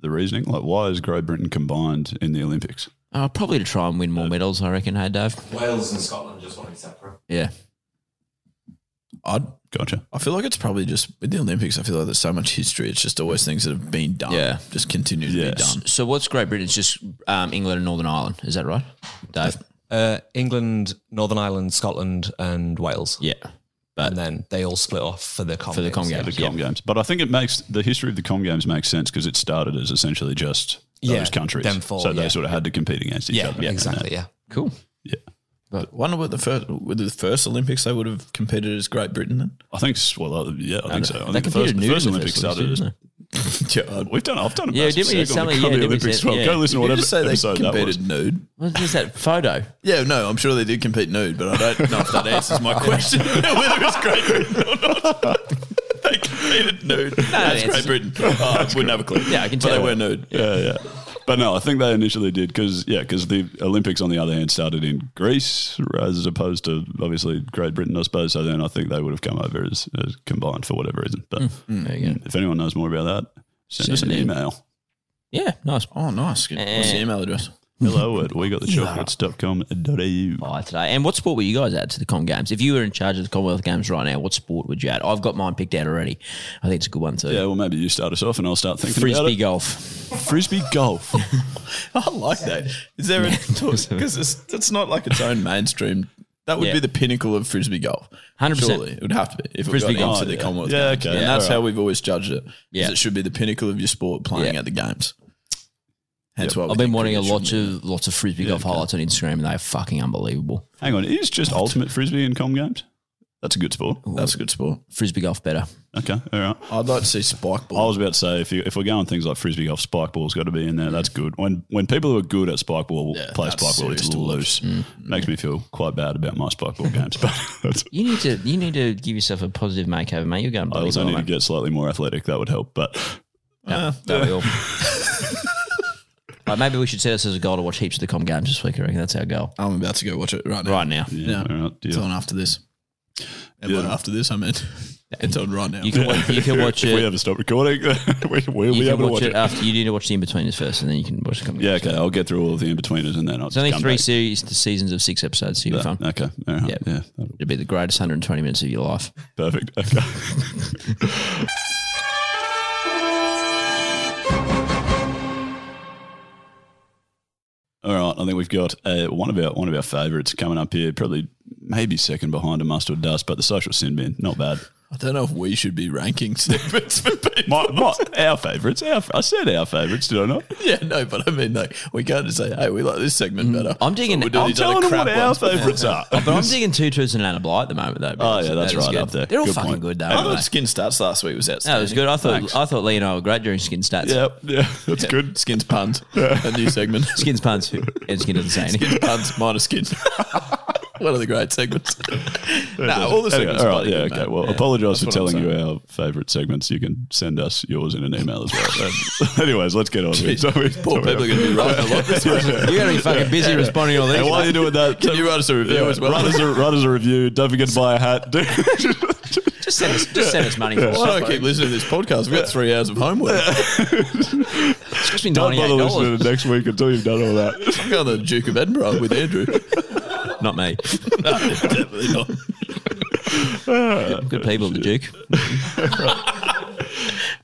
Speaker 5: the reasoning? Like, why is Great Britain combined in the Olympics?
Speaker 6: Uh, probably to try and win more medals, I reckon. Hey, Dave.
Speaker 11: Wales and Scotland just want to be separate.
Speaker 6: Yeah.
Speaker 7: I
Speaker 5: gotcha.
Speaker 7: I feel like it's probably just with the Olympics. I feel like there's so much history. It's just always things that have been done.
Speaker 6: Yeah.
Speaker 7: just continue to be done.
Speaker 6: So what's Great Britain? It's just um, England and Northern Ireland. Is that right, Dave?
Speaker 11: Uh, England, Northern Ireland, Scotland, and Wales.
Speaker 6: Yeah,
Speaker 11: and then they all split off for the com
Speaker 5: for the com games. the com games. But I think it makes the history of the com games makes sense because it started as essentially just those
Speaker 11: Yeah,
Speaker 5: countries.
Speaker 11: them four,
Speaker 5: so they
Speaker 11: yeah.
Speaker 5: sort of had to compete against each
Speaker 11: Yeah,
Speaker 5: other.
Speaker 11: exactly, yeah.
Speaker 6: Cool.
Speaker 5: Yeah.
Speaker 7: But wonder what the first with the first Olympics they would have competed as Great Britain then.
Speaker 5: I think s- well, uh, yeah, I
Speaker 7: No,
Speaker 5: think
Speaker 7: they-
Speaker 5: so. I
Speaker 7: they
Speaker 5: think the
Speaker 7: competed
Speaker 5: first, the
Speaker 7: nude
Speaker 5: first
Speaker 7: in the
Speaker 5: Olympics
Speaker 7: first
Speaker 5: started. as-
Speaker 7: Olympics,
Speaker 5: yeah, we've done. I've done. A
Speaker 6: Yeah,
Speaker 5: massive
Speaker 6: didn't we
Speaker 5: segment
Speaker 6: tell me-
Speaker 5: on
Speaker 6: yeah,
Speaker 5: the
Speaker 6: didn't we
Speaker 5: Olympics. as
Speaker 6: say-
Speaker 5: well.
Speaker 6: yeah.
Speaker 5: Go listen to
Speaker 6: Did you
Speaker 5: whatever
Speaker 6: say they
Speaker 5: episode that was.
Speaker 7: competed nude.
Speaker 6: What is that photo?
Speaker 7: Yeah, no, I'm sure they did compete nude, but I don't know if that answers my question whether it's Great Britain or not. they competed nude. That's
Speaker 5: answers
Speaker 7: Great
Speaker 5: it.
Speaker 7: Britain. Oh, I wouldn't have a clue.
Speaker 5: Yeah, I can
Speaker 7: But
Speaker 5: tell.
Speaker 7: they were nude.
Speaker 5: Yeah, yeah. But no, I think they initially did because yeah, because the Olympics on the other hand started in Greece as opposed to obviously Great Britain, I suppose. So then I think they would have come over as, as combined for whatever reason. But
Speaker 6: there you go.
Speaker 5: if anyone knows more about that, send,
Speaker 6: Send
Speaker 5: us an
Speaker 6: it in.
Speaker 5: email.
Speaker 6: Yeah, nice.
Speaker 7: Oh, nice. What's the email address?
Speaker 5: Hello at we got the chocolates.com.au.
Speaker 6: Bye today. And what sport were you guys at to the Com Games? If you were in charge of the Commonwealth Games right now, what sport would you add? I've got mine picked out already. I think it's a good one too.
Speaker 5: Yeah, well maybe you start us off and I'll start thinking about
Speaker 6: Frisbee
Speaker 5: it.
Speaker 6: golf.
Speaker 5: Frisbee golf.
Speaker 7: I like that. Is there a because it's, it's not like its own mainstream. That would
Speaker 6: Yeah.
Speaker 7: be the pinnacle of frisbee golf.
Speaker 6: 100%.
Speaker 7: Surely it would have to be if
Speaker 6: Frisbee
Speaker 7: it got
Speaker 6: golf.
Speaker 7: into the
Speaker 6: Yeah.
Speaker 7: Commonwealth
Speaker 6: Yeah,
Speaker 7: Games.
Speaker 6: okay.
Speaker 7: And that's
Speaker 6: Yeah,
Speaker 7: how
Speaker 6: alright.
Speaker 7: we've always judged it.
Speaker 6: Yeah.
Speaker 7: Yeah, it should be the pinnacle of your sport playing at the games. Hence why we
Speaker 6: I've been
Speaker 7: think
Speaker 6: watching a
Speaker 7: cricket
Speaker 6: lot of lots of frisbee golf highlights on Instagram, and they are fucking unbelievable.
Speaker 5: Hang on, is just ultimate frisbee in com games? That's a good sport.
Speaker 7: That's a good sport.
Speaker 6: Frisbee golf better.
Speaker 5: Okay, all right.
Speaker 7: I'd like to see spike
Speaker 5: I
Speaker 7: ball.
Speaker 5: was about to say if you, if we're going things like frisbee golf, spike ball's got to be in there. That's good. When when people who are good at spike ball play
Speaker 7: that's
Speaker 5: spike ball, it's
Speaker 7: serious to watch. Mm,
Speaker 5: loose. Makes me feel quite bad about my spike ball games, but that's,
Speaker 6: You need to you need to give yourself a positive makeover, mate. You're
Speaker 5: I
Speaker 6: going bloody
Speaker 5: also
Speaker 6: well,
Speaker 5: need to
Speaker 6: mate.
Speaker 5: get slightly more athletic. That would help. But
Speaker 6: Yeah, that we all. Like, maybe we should set us as a goal to watch heaps of the Com Games this week. I reckon that's our goal.
Speaker 7: I'm about to go watch it right now.
Speaker 6: Right now,
Speaker 5: yeah, all right, deal.
Speaker 7: It's on after this. And by
Speaker 5: Yeah.
Speaker 7: after this, I meant it's on right now.
Speaker 6: you can watch, you can watch
Speaker 5: if we
Speaker 6: it.
Speaker 5: ever stop recording, we, we'll
Speaker 6: You
Speaker 5: be
Speaker 6: can
Speaker 5: able to
Speaker 6: watch
Speaker 5: watch
Speaker 6: it,
Speaker 5: it.
Speaker 6: after. You need to watch the in betweeners first, and then you can watch the Com
Speaker 5: Yeah,
Speaker 6: Games.
Speaker 5: okay. I'll get through all of the in betweeners and then I'll
Speaker 6: It's only
Speaker 5: come
Speaker 6: three
Speaker 5: back.
Speaker 6: series, the seasons of six episodes, so you'll be fine.
Speaker 5: Okay, all right,
Speaker 6: Yeah.
Speaker 5: yeah,
Speaker 6: It'll be the greatest 120 minutes of your life.
Speaker 5: perfect. Okay. All right, I think we've got uh, one of our one of our favourites coming up here. Probably maybe second behind a mustard dust, but the social sin bin, not bad.
Speaker 7: I don't know if we should be ranking snippets for people.
Speaker 5: My, my, our favourites. Our, I said our favourites, did I not?
Speaker 7: Yeah, no, but I mean, like, we can't just say, hey, we like this
Speaker 5: Mm.
Speaker 7: segment better.
Speaker 6: I'm digging-
Speaker 7: We'll do
Speaker 6: I'm
Speaker 7: these
Speaker 5: Telling
Speaker 7: other
Speaker 5: them what
Speaker 7: crap
Speaker 5: our
Speaker 7: ones.
Speaker 5: favourites are.
Speaker 6: But I'm digging two truths and Anna Blight at the moment, though.
Speaker 5: Oh
Speaker 6: so
Speaker 5: yeah, that's
Speaker 6: that is
Speaker 5: right
Speaker 6: good.
Speaker 5: up there.
Speaker 6: They're all
Speaker 5: Good
Speaker 6: fucking
Speaker 5: point.
Speaker 6: good, though.
Speaker 7: I
Speaker 6: Aren't
Speaker 7: thought
Speaker 6: they?
Speaker 7: Skin Stats last week was outstanding.
Speaker 6: No, it was good. I thought
Speaker 5: Thanks.
Speaker 6: I thought Lee and I were great during skin stats.
Speaker 5: Yep, yeah, that's good.
Speaker 7: Skin's puns. A new segment.
Speaker 6: Skin's puns and skin doesn't say anything.
Speaker 7: Skin's puns minus skin. One of the great segments. nah, all the
Speaker 5: Anyway,
Speaker 7: segments.
Speaker 5: all right,
Speaker 7: bloody
Speaker 5: yeah,
Speaker 7: good,
Speaker 5: okay.
Speaker 7: mate.
Speaker 5: Well,
Speaker 7: Yeah,
Speaker 5: apologise
Speaker 7: that's
Speaker 5: for
Speaker 7: what I'm
Speaker 5: telling you
Speaker 7: saying.
Speaker 5: our favourite segments. You can send us yours in an email as well. Um, anyways, let's get on with it.
Speaker 7: Jeez, Poor people are going to be writing a lot this week.
Speaker 6: You're gonna be fucking busy responding to all these.
Speaker 5: And while you're doing that,
Speaker 7: Can you write us a review
Speaker 5: yeah,
Speaker 7: as well?
Speaker 5: write, us a, write us a review. Don't forget to buy a hat.
Speaker 6: Just send us, just send us money for
Speaker 7: Why
Speaker 6: it.
Speaker 7: do I keep listening to this podcast? We've got three hours of homework.
Speaker 6: It's just been
Speaker 5: Don't bother
Speaker 6: ninety-eight
Speaker 5: listening
Speaker 6: dollars.
Speaker 5: to next week until you've done all that.
Speaker 7: I'm going to the Duke of Edinburgh with Andrew.
Speaker 6: Not me.
Speaker 7: no, definitely not.
Speaker 6: Good people, the Duke.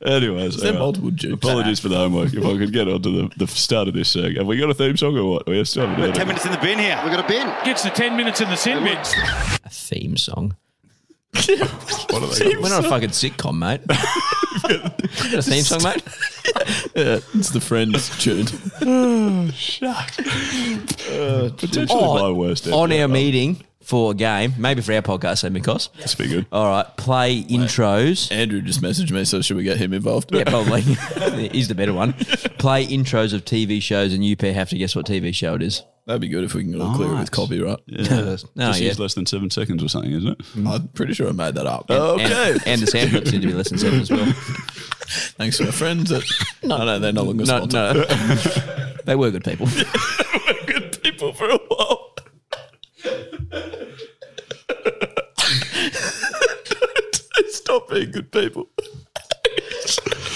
Speaker 5: Anyways,
Speaker 7: Is there
Speaker 5: all right.
Speaker 7: multiple Dukes?
Speaker 5: apologies for the homework. If I could get onto the, the start of this seg. Have we got a theme song or what? We have started. haven't we?
Speaker 12: minutes in the bin here. We've got a bin. Gets to 10 minutes in the sin bin.
Speaker 6: A theme song.
Speaker 5: What are they?
Speaker 6: We're not a fucking sitcom, mate. Got a theme song, mate.
Speaker 7: Yeah, it's the Friends tune.
Speaker 5: Oh,
Speaker 7: Uh,
Speaker 5: Potentially my
Speaker 6: Oh,
Speaker 5: worst.
Speaker 6: on
Speaker 5: ever.
Speaker 6: our meeting for a game, maybe for our podcast, same because.
Speaker 5: That's pretty good.
Speaker 6: All right, play intros.
Speaker 7: Andrew just messaged me, so should we get him involved?
Speaker 6: Yeah, probably. He's the better one. Play intros of TV shows, and you pair have to guess what TV show it is.
Speaker 7: That'd be good if we can all clear it with copyright.
Speaker 5: Yeah.
Speaker 6: No,
Speaker 5: Just
Speaker 6: yeah.
Speaker 5: use less than seven seconds or something, isn't it?
Speaker 7: I'm pretty sure I made that up.
Speaker 6: And,
Speaker 7: okay.
Speaker 6: and the sound clips need to be listened to as well.
Speaker 7: Thanks to our friends. At, no, no, they're no longer
Speaker 6: No,
Speaker 7: sponsored.
Speaker 6: no. they were good people.
Speaker 7: Good people for a while. Stop being good people.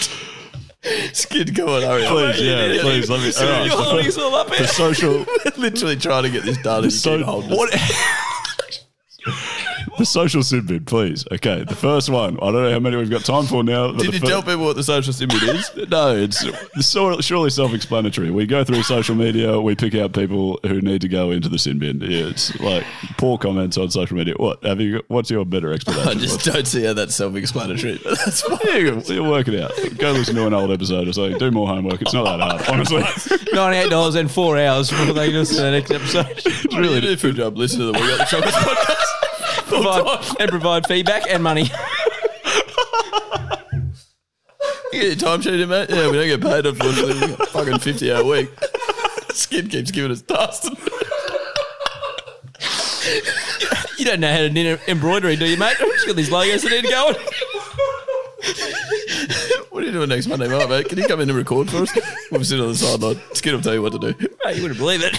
Speaker 7: Skid, come on, hurry up.
Speaker 5: Please, yeah, please. Let me. all right.
Speaker 7: You're holding us all up
Speaker 5: The
Speaker 7: here.
Speaker 5: social.
Speaker 7: Literally trying to get this done. and you
Speaker 5: So
Speaker 7: keep holding us.
Speaker 5: what? The social sin bin, please. Okay, the first one. I don't know how many we've got time for now. but
Speaker 7: Did
Speaker 5: the
Speaker 7: you
Speaker 5: fir-
Speaker 7: tell people what the social sin bin is?
Speaker 5: no, it's so- surely self-explanatory. We go through social media, we pick out people who need to go into the sin bin. Yeah, It's like poor comments on social media. What have you? got- What's your better explanation?
Speaker 7: I just don't see how that's self-explanatory. But that's
Speaker 5: fine. You'll work it out. Go listen to an old episode or something. Do more homework. It's not that hard, honestly.
Speaker 6: Ninety-eight dollars and four hours before they listen to the next episode.
Speaker 7: really you do for a job. Listen to the We Got the Chocolates podcast.
Speaker 6: Provide, and provide feedback and money.
Speaker 7: You get your time sheet in, mate. Yeah, we don't get paid unfortunately. We got fucking fifty hour week. Skip keeps giving us dust.
Speaker 6: You don't know how to knit embroidery, do you, mate? She's got these logos that need going.
Speaker 7: What are you doing next Monday night, mate? Can you come in and record for us? We'll sit on the sideline. Skip will tell you what to do.
Speaker 6: Mate, you wouldn't believe it.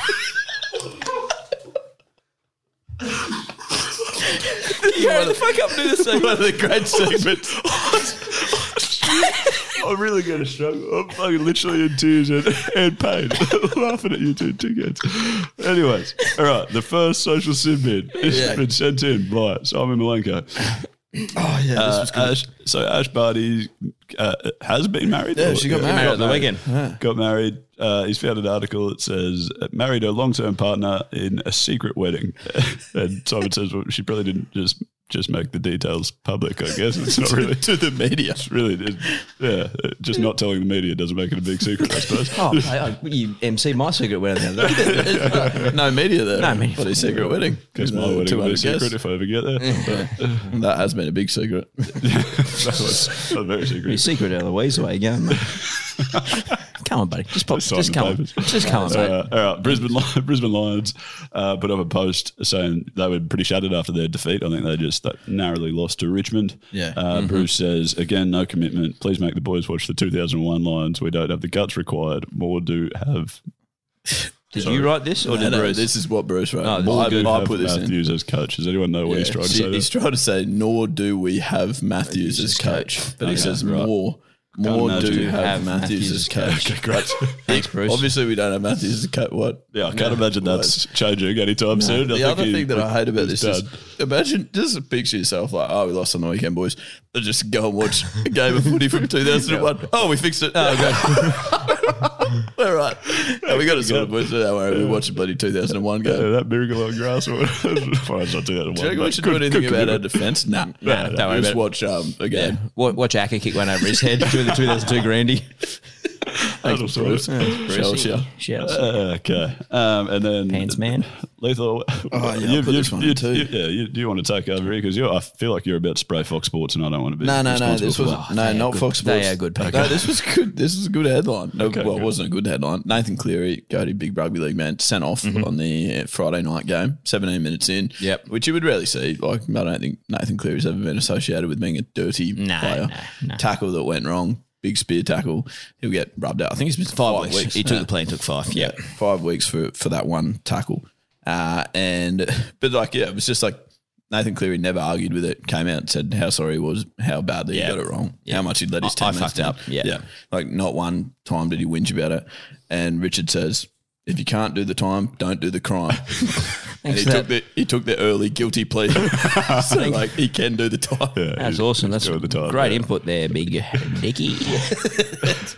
Speaker 6: Hurry the fuck up, do this thing.
Speaker 7: One of the great segments.
Speaker 5: I'm really going to struggle. I'm fucking literally in tears and, and pain, laughing at you two tickets. Anyways, all right. The first social sin bin has
Speaker 7: Yeah.
Speaker 5: been sent in by Simon Malenko.
Speaker 7: Oh yeah,
Speaker 5: Uh, Ash, so Ash Barty uh, has been married.
Speaker 7: Yeah,
Speaker 5: Or-
Speaker 7: she got married at the weekend. Yeah.
Speaker 5: Got married. Uh, he's found an article that says uh, married her long-term partner in a secret wedding, and Simon says well, she probably didn't just just make the details public. I guess it's not
Speaker 7: To-
Speaker 5: really
Speaker 7: to the media.
Speaker 5: It's really, it- yeah, uh, just not telling the media doesn't make it a big secret. I suppose.
Speaker 6: Oh, mate, I, you MC my secret wedding the other day.
Speaker 7: no media there.
Speaker 6: No media.
Speaker 7: Bloody secret wedding.
Speaker 5: Guess my wedding will be a
Speaker 7: 200
Speaker 5: secret
Speaker 7: guests.
Speaker 5: if I ever get there. But,
Speaker 7: That has been a big secret.
Speaker 5: that was a very secret.
Speaker 6: Your secret out of the ways away, go, mate. come on, buddy. Just pop.
Speaker 5: Sign
Speaker 6: Just
Speaker 5: the
Speaker 6: come. on.
Speaker 5: papers.
Speaker 6: Just come on, mate.
Speaker 5: Uh, all right, Brisbane Lions, Brisbane Lions uh, put up a post saying they were pretty shattered after their defeat. I think they just uh, narrowly lost to Richmond.
Speaker 7: Yeah.
Speaker 5: Uh,
Speaker 7: Mhm.
Speaker 5: Bruce says again, no commitment. Please make the boys watch the 2001 Lions. We don't have the guts required. More do have.
Speaker 6: Did
Speaker 5: Sorry.
Speaker 6: you write this or
Speaker 7: No,
Speaker 6: did
Speaker 7: no,
Speaker 6: Bruce?
Speaker 7: This is what Bruce wrote.
Speaker 6: No, this
Speaker 7: More
Speaker 6: is
Speaker 7: do
Speaker 6: good.
Speaker 7: I put this in.
Speaker 5: Matthews as coach. Does anyone know what he's trying to
Speaker 7: So
Speaker 5: say?
Speaker 7: He's
Speaker 5: There?
Speaker 7: trying to say, nor do we have Matthews as coach. But he
Speaker 5: Okay,
Speaker 7: says
Speaker 5: right.
Speaker 7: more.
Speaker 5: Can't
Speaker 7: More
Speaker 5: imagine
Speaker 7: do
Speaker 5: you
Speaker 7: have,
Speaker 5: have
Speaker 7: Matthews,
Speaker 5: Matthews
Speaker 7: as
Speaker 5: as
Speaker 7: coach.
Speaker 5: Okay, great.
Speaker 6: Thanks, Bruce.
Speaker 7: Obviously, we don't have Matthews as coach. What?
Speaker 5: Yeah, I can't imagine that's changing anytime
Speaker 7: No.
Speaker 5: soon. I
Speaker 7: the
Speaker 5: think
Speaker 7: other
Speaker 5: he-
Speaker 7: thing that I hate about
Speaker 5: he's
Speaker 7: this
Speaker 5: done.
Speaker 7: is imagine just picture yourself like, oh, we lost on the weekend, boys. But just go and watch a game of footy from 2001. Oh, we fixed it. We're right. we got it sorted, boys. Don't worry. We watched a bloody 2001 game.
Speaker 5: Yeah, that miracle on grass. or whatever. Fine, it's not 2001.
Speaker 7: Do you reckon
Speaker 5: but
Speaker 7: we should
Speaker 5: good-
Speaker 7: do anything
Speaker 5: good
Speaker 7: about our
Speaker 5: commitment.
Speaker 7: defence? Nah, nah,
Speaker 5: Nah,
Speaker 7: nah,
Speaker 5: nah,
Speaker 7: don't worry
Speaker 5: just
Speaker 7: about watch um,
Speaker 6: Yeah.
Speaker 7: again.
Speaker 6: Wa- Watch Acker kick one over his head during the 2002 Grandy.
Speaker 5: That'll sort it.
Speaker 7: Shouts, yeah.
Speaker 6: Shouts.
Speaker 5: Uh, okay, um, and then
Speaker 6: Pants man.
Speaker 5: Lethal.
Speaker 7: Oh, yeah, I'll put this one
Speaker 5: you,
Speaker 7: in too.
Speaker 5: you- yeah, you, do you want to take over here? Because I feel like you're about to spray Fox Sports, and I don't want to be.
Speaker 7: No, no, no.
Speaker 5: responsible
Speaker 7: This
Speaker 5: for
Speaker 7: was
Speaker 5: that.
Speaker 7: no,
Speaker 6: they are
Speaker 7: not
Speaker 6: good-
Speaker 7: Fox Sports.
Speaker 6: they are good people.
Speaker 7: No, this was good. This was a good headline. No,
Speaker 5: Okay,
Speaker 7: well,
Speaker 5: good.
Speaker 7: it wasn't a good headline. Nathan Cleary, Cody, big rugby league man, sent off on the uh, Friday night game, seventeen minutes in.
Speaker 6: Mm-hmm. Yep.
Speaker 7: which you would rarely see. Like, I don't think Nathan Cleary's ever been associated with being a dirty
Speaker 6: No,
Speaker 7: player.
Speaker 6: no, no.
Speaker 7: Tackle that went wrong, big spear tackle. He'll get rubbed out. I think it's been five,
Speaker 6: weeks. He took the plane, took five. Yeah.
Speaker 7: five weeks for for that one tackle. Uh, and but like yeah, it was just like Nathan Cleary never argued with it. Came out and said how sorry he was, how badly
Speaker 6: Yeah.
Speaker 7: he got it wrong, how much he'd let his
Speaker 6: I- I
Speaker 7: teammates
Speaker 6: fucked
Speaker 7: down.
Speaker 6: up. Yeah.
Speaker 7: like not one time did he whinge about it. And Richard says, if you can't do the time, don't do the crime. and he
Speaker 6: for
Speaker 7: took
Speaker 6: that.
Speaker 7: the he took the early guilty plea. so like he can do the time.
Speaker 5: Yeah,
Speaker 6: That's
Speaker 5: he's-
Speaker 6: awesome.
Speaker 5: he's
Speaker 6: That's
Speaker 5: doing the time,
Speaker 6: great
Speaker 5: yeah.
Speaker 6: input there, big Dicky.
Speaker 7: That's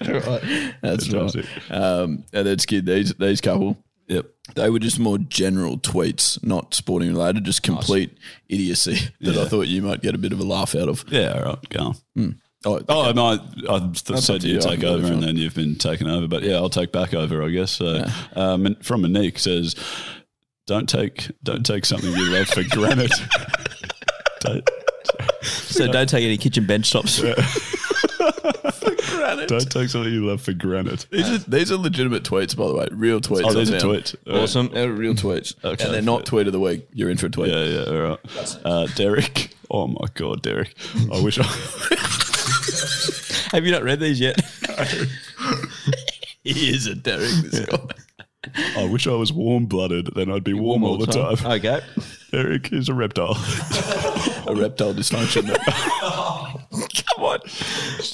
Speaker 5: That's
Speaker 7: right. Um, and that's good. These these couple. Yep. They were just more general tweets, not sporting related, just complete idiocy that I thought you might get a bit of a laugh out of.
Speaker 5: Yeah, all right, go on.
Speaker 7: Oh,
Speaker 5: Oh, and I, I th-
Speaker 7: up
Speaker 5: said
Speaker 7: to
Speaker 5: you
Speaker 7: you. I
Speaker 5: take
Speaker 7: can do
Speaker 5: over,
Speaker 7: if you
Speaker 5: and
Speaker 7: want.
Speaker 5: then you've been taken over. But yeah, I'll take back over, I guess. So, um, and from Monique says, "Don't take, don't take something you love for granted." Don't-
Speaker 6: So don't take any kitchen bench tops.
Speaker 5: Don't take something you love for granted.
Speaker 7: These are, these are legitimate tweets, by the way. Real tweets.
Speaker 5: Oh, these
Speaker 7: I
Speaker 5: are
Speaker 7: found.
Speaker 5: tweets. All right.
Speaker 6: Awesome.
Speaker 7: They're real tweets.
Speaker 5: Okay.
Speaker 7: And they're not tweet of the week. You're in for a tweet.
Speaker 5: Yeah, yeah, all right. Uh, Derek. Oh my God, Derek. I wish I.
Speaker 6: Have you not read these yet?
Speaker 7: He is a Derek, this guy.
Speaker 5: I wish I was warm blooded, then I'd be warm, all the time.
Speaker 6: Okay.
Speaker 5: Derek is a reptile.
Speaker 7: A reptile dysfunction.
Speaker 6: one.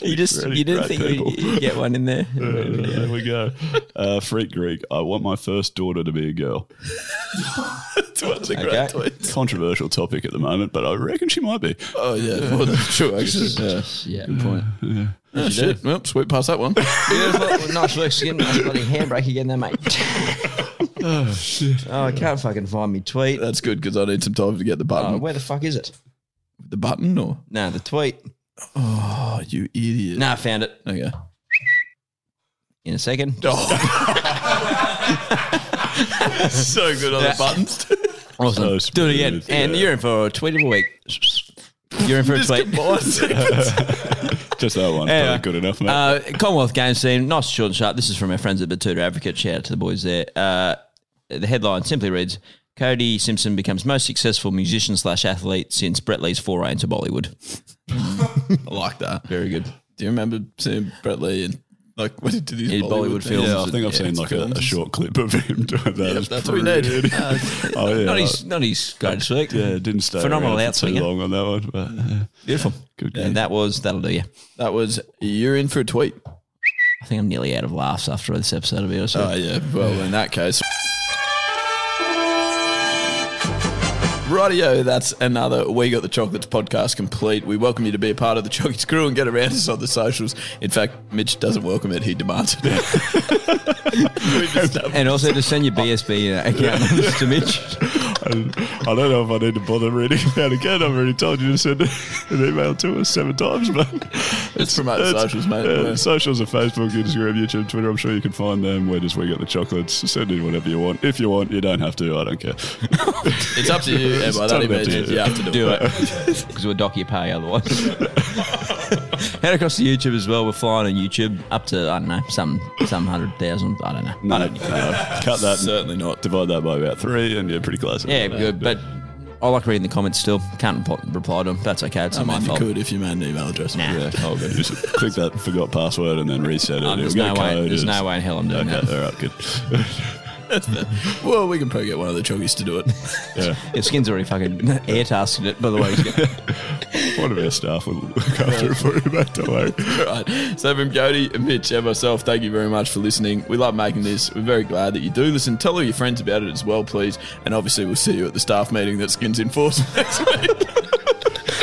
Speaker 6: You just you didn't think you'd, you'd get one in there.
Speaker 5: there we go. Uh, Freak Greek. I want my first daughter to be a girl.
Speaker 7: That's a great tweet.
Speaker 5: Controversial topic at the moment, but I reckon she might be.
Speaker 7: Oh yeah, well, that's true. Actually, yeah.
Speaker 6: Yeah, good point.
Speaker 5: Yeah.
Speaker 7: Oh, shit. Well, sweep past that one.
Speaker 6: nice work again. Nice bloody handbrake again there, mate.
Speaker 7: oh shit.
Speaker 6: Oh, I can't fucking find me tweet.
Speaker 7: That's good because I need some time to get the button.
Speaker 6: Oh, where the fuck is it?
Speaker 7: the button Oh, or?
Speaker 6: No, the tweet.
Speaker 7: Oh, you idiot.
Speaker 6: No, I found it.
Speaker 7: Okay.
Speaker 6: In a second.
Speaker 7: so good on the
Speaker 6: Yeah.
Speaker 7: buttons.
Speaker 6: Awesome.
Speaker 5: So
Speaker 6: Do it again.
Speaker 5: smooth,
Speaker 6: And
Speaker 5: yeah.
Speaker 6: you're in for a tweet of a week. You're in for a
Speaker 7: Just
Speaker 6: tweet.
Speaker 7: combined seconds.
Speaker 5: Just that one.
Speaker 6: Anyway.
Speaker 5: Probably Good enough, mate.
Speaker 6: Uh, Commonwealth Games team, nice short and sharp. This is from our friends at Batuta Advocate. Shout out to the boys there. Uh, the headline simply reads: Cody Simpson becomes most successful musician slash athlete since Brett Lee's foray into Bollywood.
Speaker 7: I like that.
Speaker 6: Very good.
Speaker 7: Do you remember seeing Brett Lee and like when he did these
Speaker 6: He did
Speaker 7: Bollywood,
Speaker 6: Bollywood films.
Speaker 7: films?
Speaker 5: yeah, I think I've
Speaker 7: yeah,
Speaker 5: seen like a,
Speaker 7: films.
Speaker 5: a short clip of him doing that. It's
Speaker 7: that's what we need.
Speaker 5: pretty-
Speaker 7: Uh,
Speaker 5: oh yeah,
Speaker 6: Not
Speaker 5: like-
Speaker 6: his, not his greatest work.
Speaker 5: yeah, it didn't stay
Speaker 6: Phenomenal
Speaker 5: around for too
Speaker 6: outswinger.
Speaker 5: long on that one. But yeah.
Speaker 7: Beautiful.
Speaker 5: good game.
Speaker 6: And that was that'll do you.
Speaker 7: That was you're in for a tweet.
Speaker 6: I think I'm nearly out of laughs after this episode. To be honest, with
Speaker 7: Oh
Speaker 6: you.
Speaker 7: yeah. Well, in that case. Radio, that's another We Got the Chocolates podcast complete. We welcome you to be a part of the Chocolates crew and get around us on the socials. In fact, Mitch doesn't welcome it, he demands it. we just have
Speaker 6: and also to send your BSB uh, account numbers to Mitch.
Speaker 5: And I don't know if I need to bother reading that again. I've already told you to send an email to us seven times, but
Speaker 7: Let's promote the
Speaker 5: it's-
Speaker 7: socials, mate.
Speaker 5: yeah, socials are Facebook, Instagram, YouTube, Twitter. I'm sure you can find them. Where does we got the chocolates? Send in whatever you want. If you want, you don't have to. I don't care.
Speaker 7: It's up to you, and by that he
Speaker 5: Totally up to
Speaker 7: means
Speaker 5: you.
Speaker 7: you have to do,
Speaker 6: Do
Speaker 7: it.
Speaker 6: it. Because we'll dock your pay otherwise. Head across to YouTube as well. We're flying on YouTube up to, I don't know, some some hundred thousand. I don't know.
Speaker 5: No, no, cut that. Certainly not. Divide that by about three, and you're pretty close.
Speaker 6: Yeah, good. But I like reading the comments still. Can't reply, reply to them. That's okay. It's
Speaker 7: I
Speaker 6: not my
Speaker 7: mean, you
Speaker 6: fault.
Speaker 7: could if you made an email address.
Speaker 6: Nah.
Speaker 7: Yeah.
Speaker 5: Oh, good. Just click that forgot password and then reset it.
Speaker 6: Um,
Speaker 5: It'll
Speaker 6: there's
Speaker 5: get
Speaker 6: no
Speaker 5: a
Speaker 6: way.
Speaker 5: code.
Speaker 6: There's
Speaker 5: It's-
Speaker 6: no way in hell I'm doing
Speaker 5: Okay,
Speaker 6: that.
Speaker 5: all right, good.
Speaker 7: Well, we can probably get one of the choggies to do it.
Speaker 5: Yeah,
Speaker 6: Your skin's already fucking air tasking it. By the way,
Speaker 5: one of our staff will look after it for you, mate. Don't worry.
Speaker 7: All right. So from Jody, Mitch, and myself, thank you very much for listening. We love making this. We're very glad that you do listen. Tell all your friends about it as well, please. And obviously, we'll see you at the staff meeting that Skins in force next week.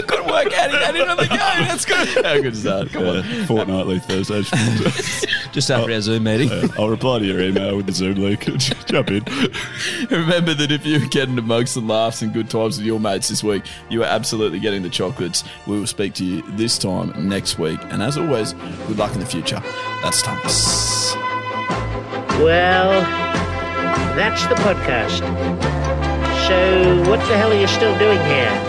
Speaker 7: Got to work out again in on the game. That's good. How good is that? Come on.
Speaker 5: Yeah, fortnightly Thursdays.
Speaker 6: just after our Zoom meeting.
Speaker 5: Yeah, I'll reply to your email with the Zoom link. Jump in.
Speaker 7: Remember that if you're getting amongst the laughs and good times with your mates this week, you are absolutely getting the chocolates. We will speak to you this time next week. And as always, good luck in the future. That's Thomas.
Speaker 1: Well, that's the podcast. So, what the hell are you still doing here?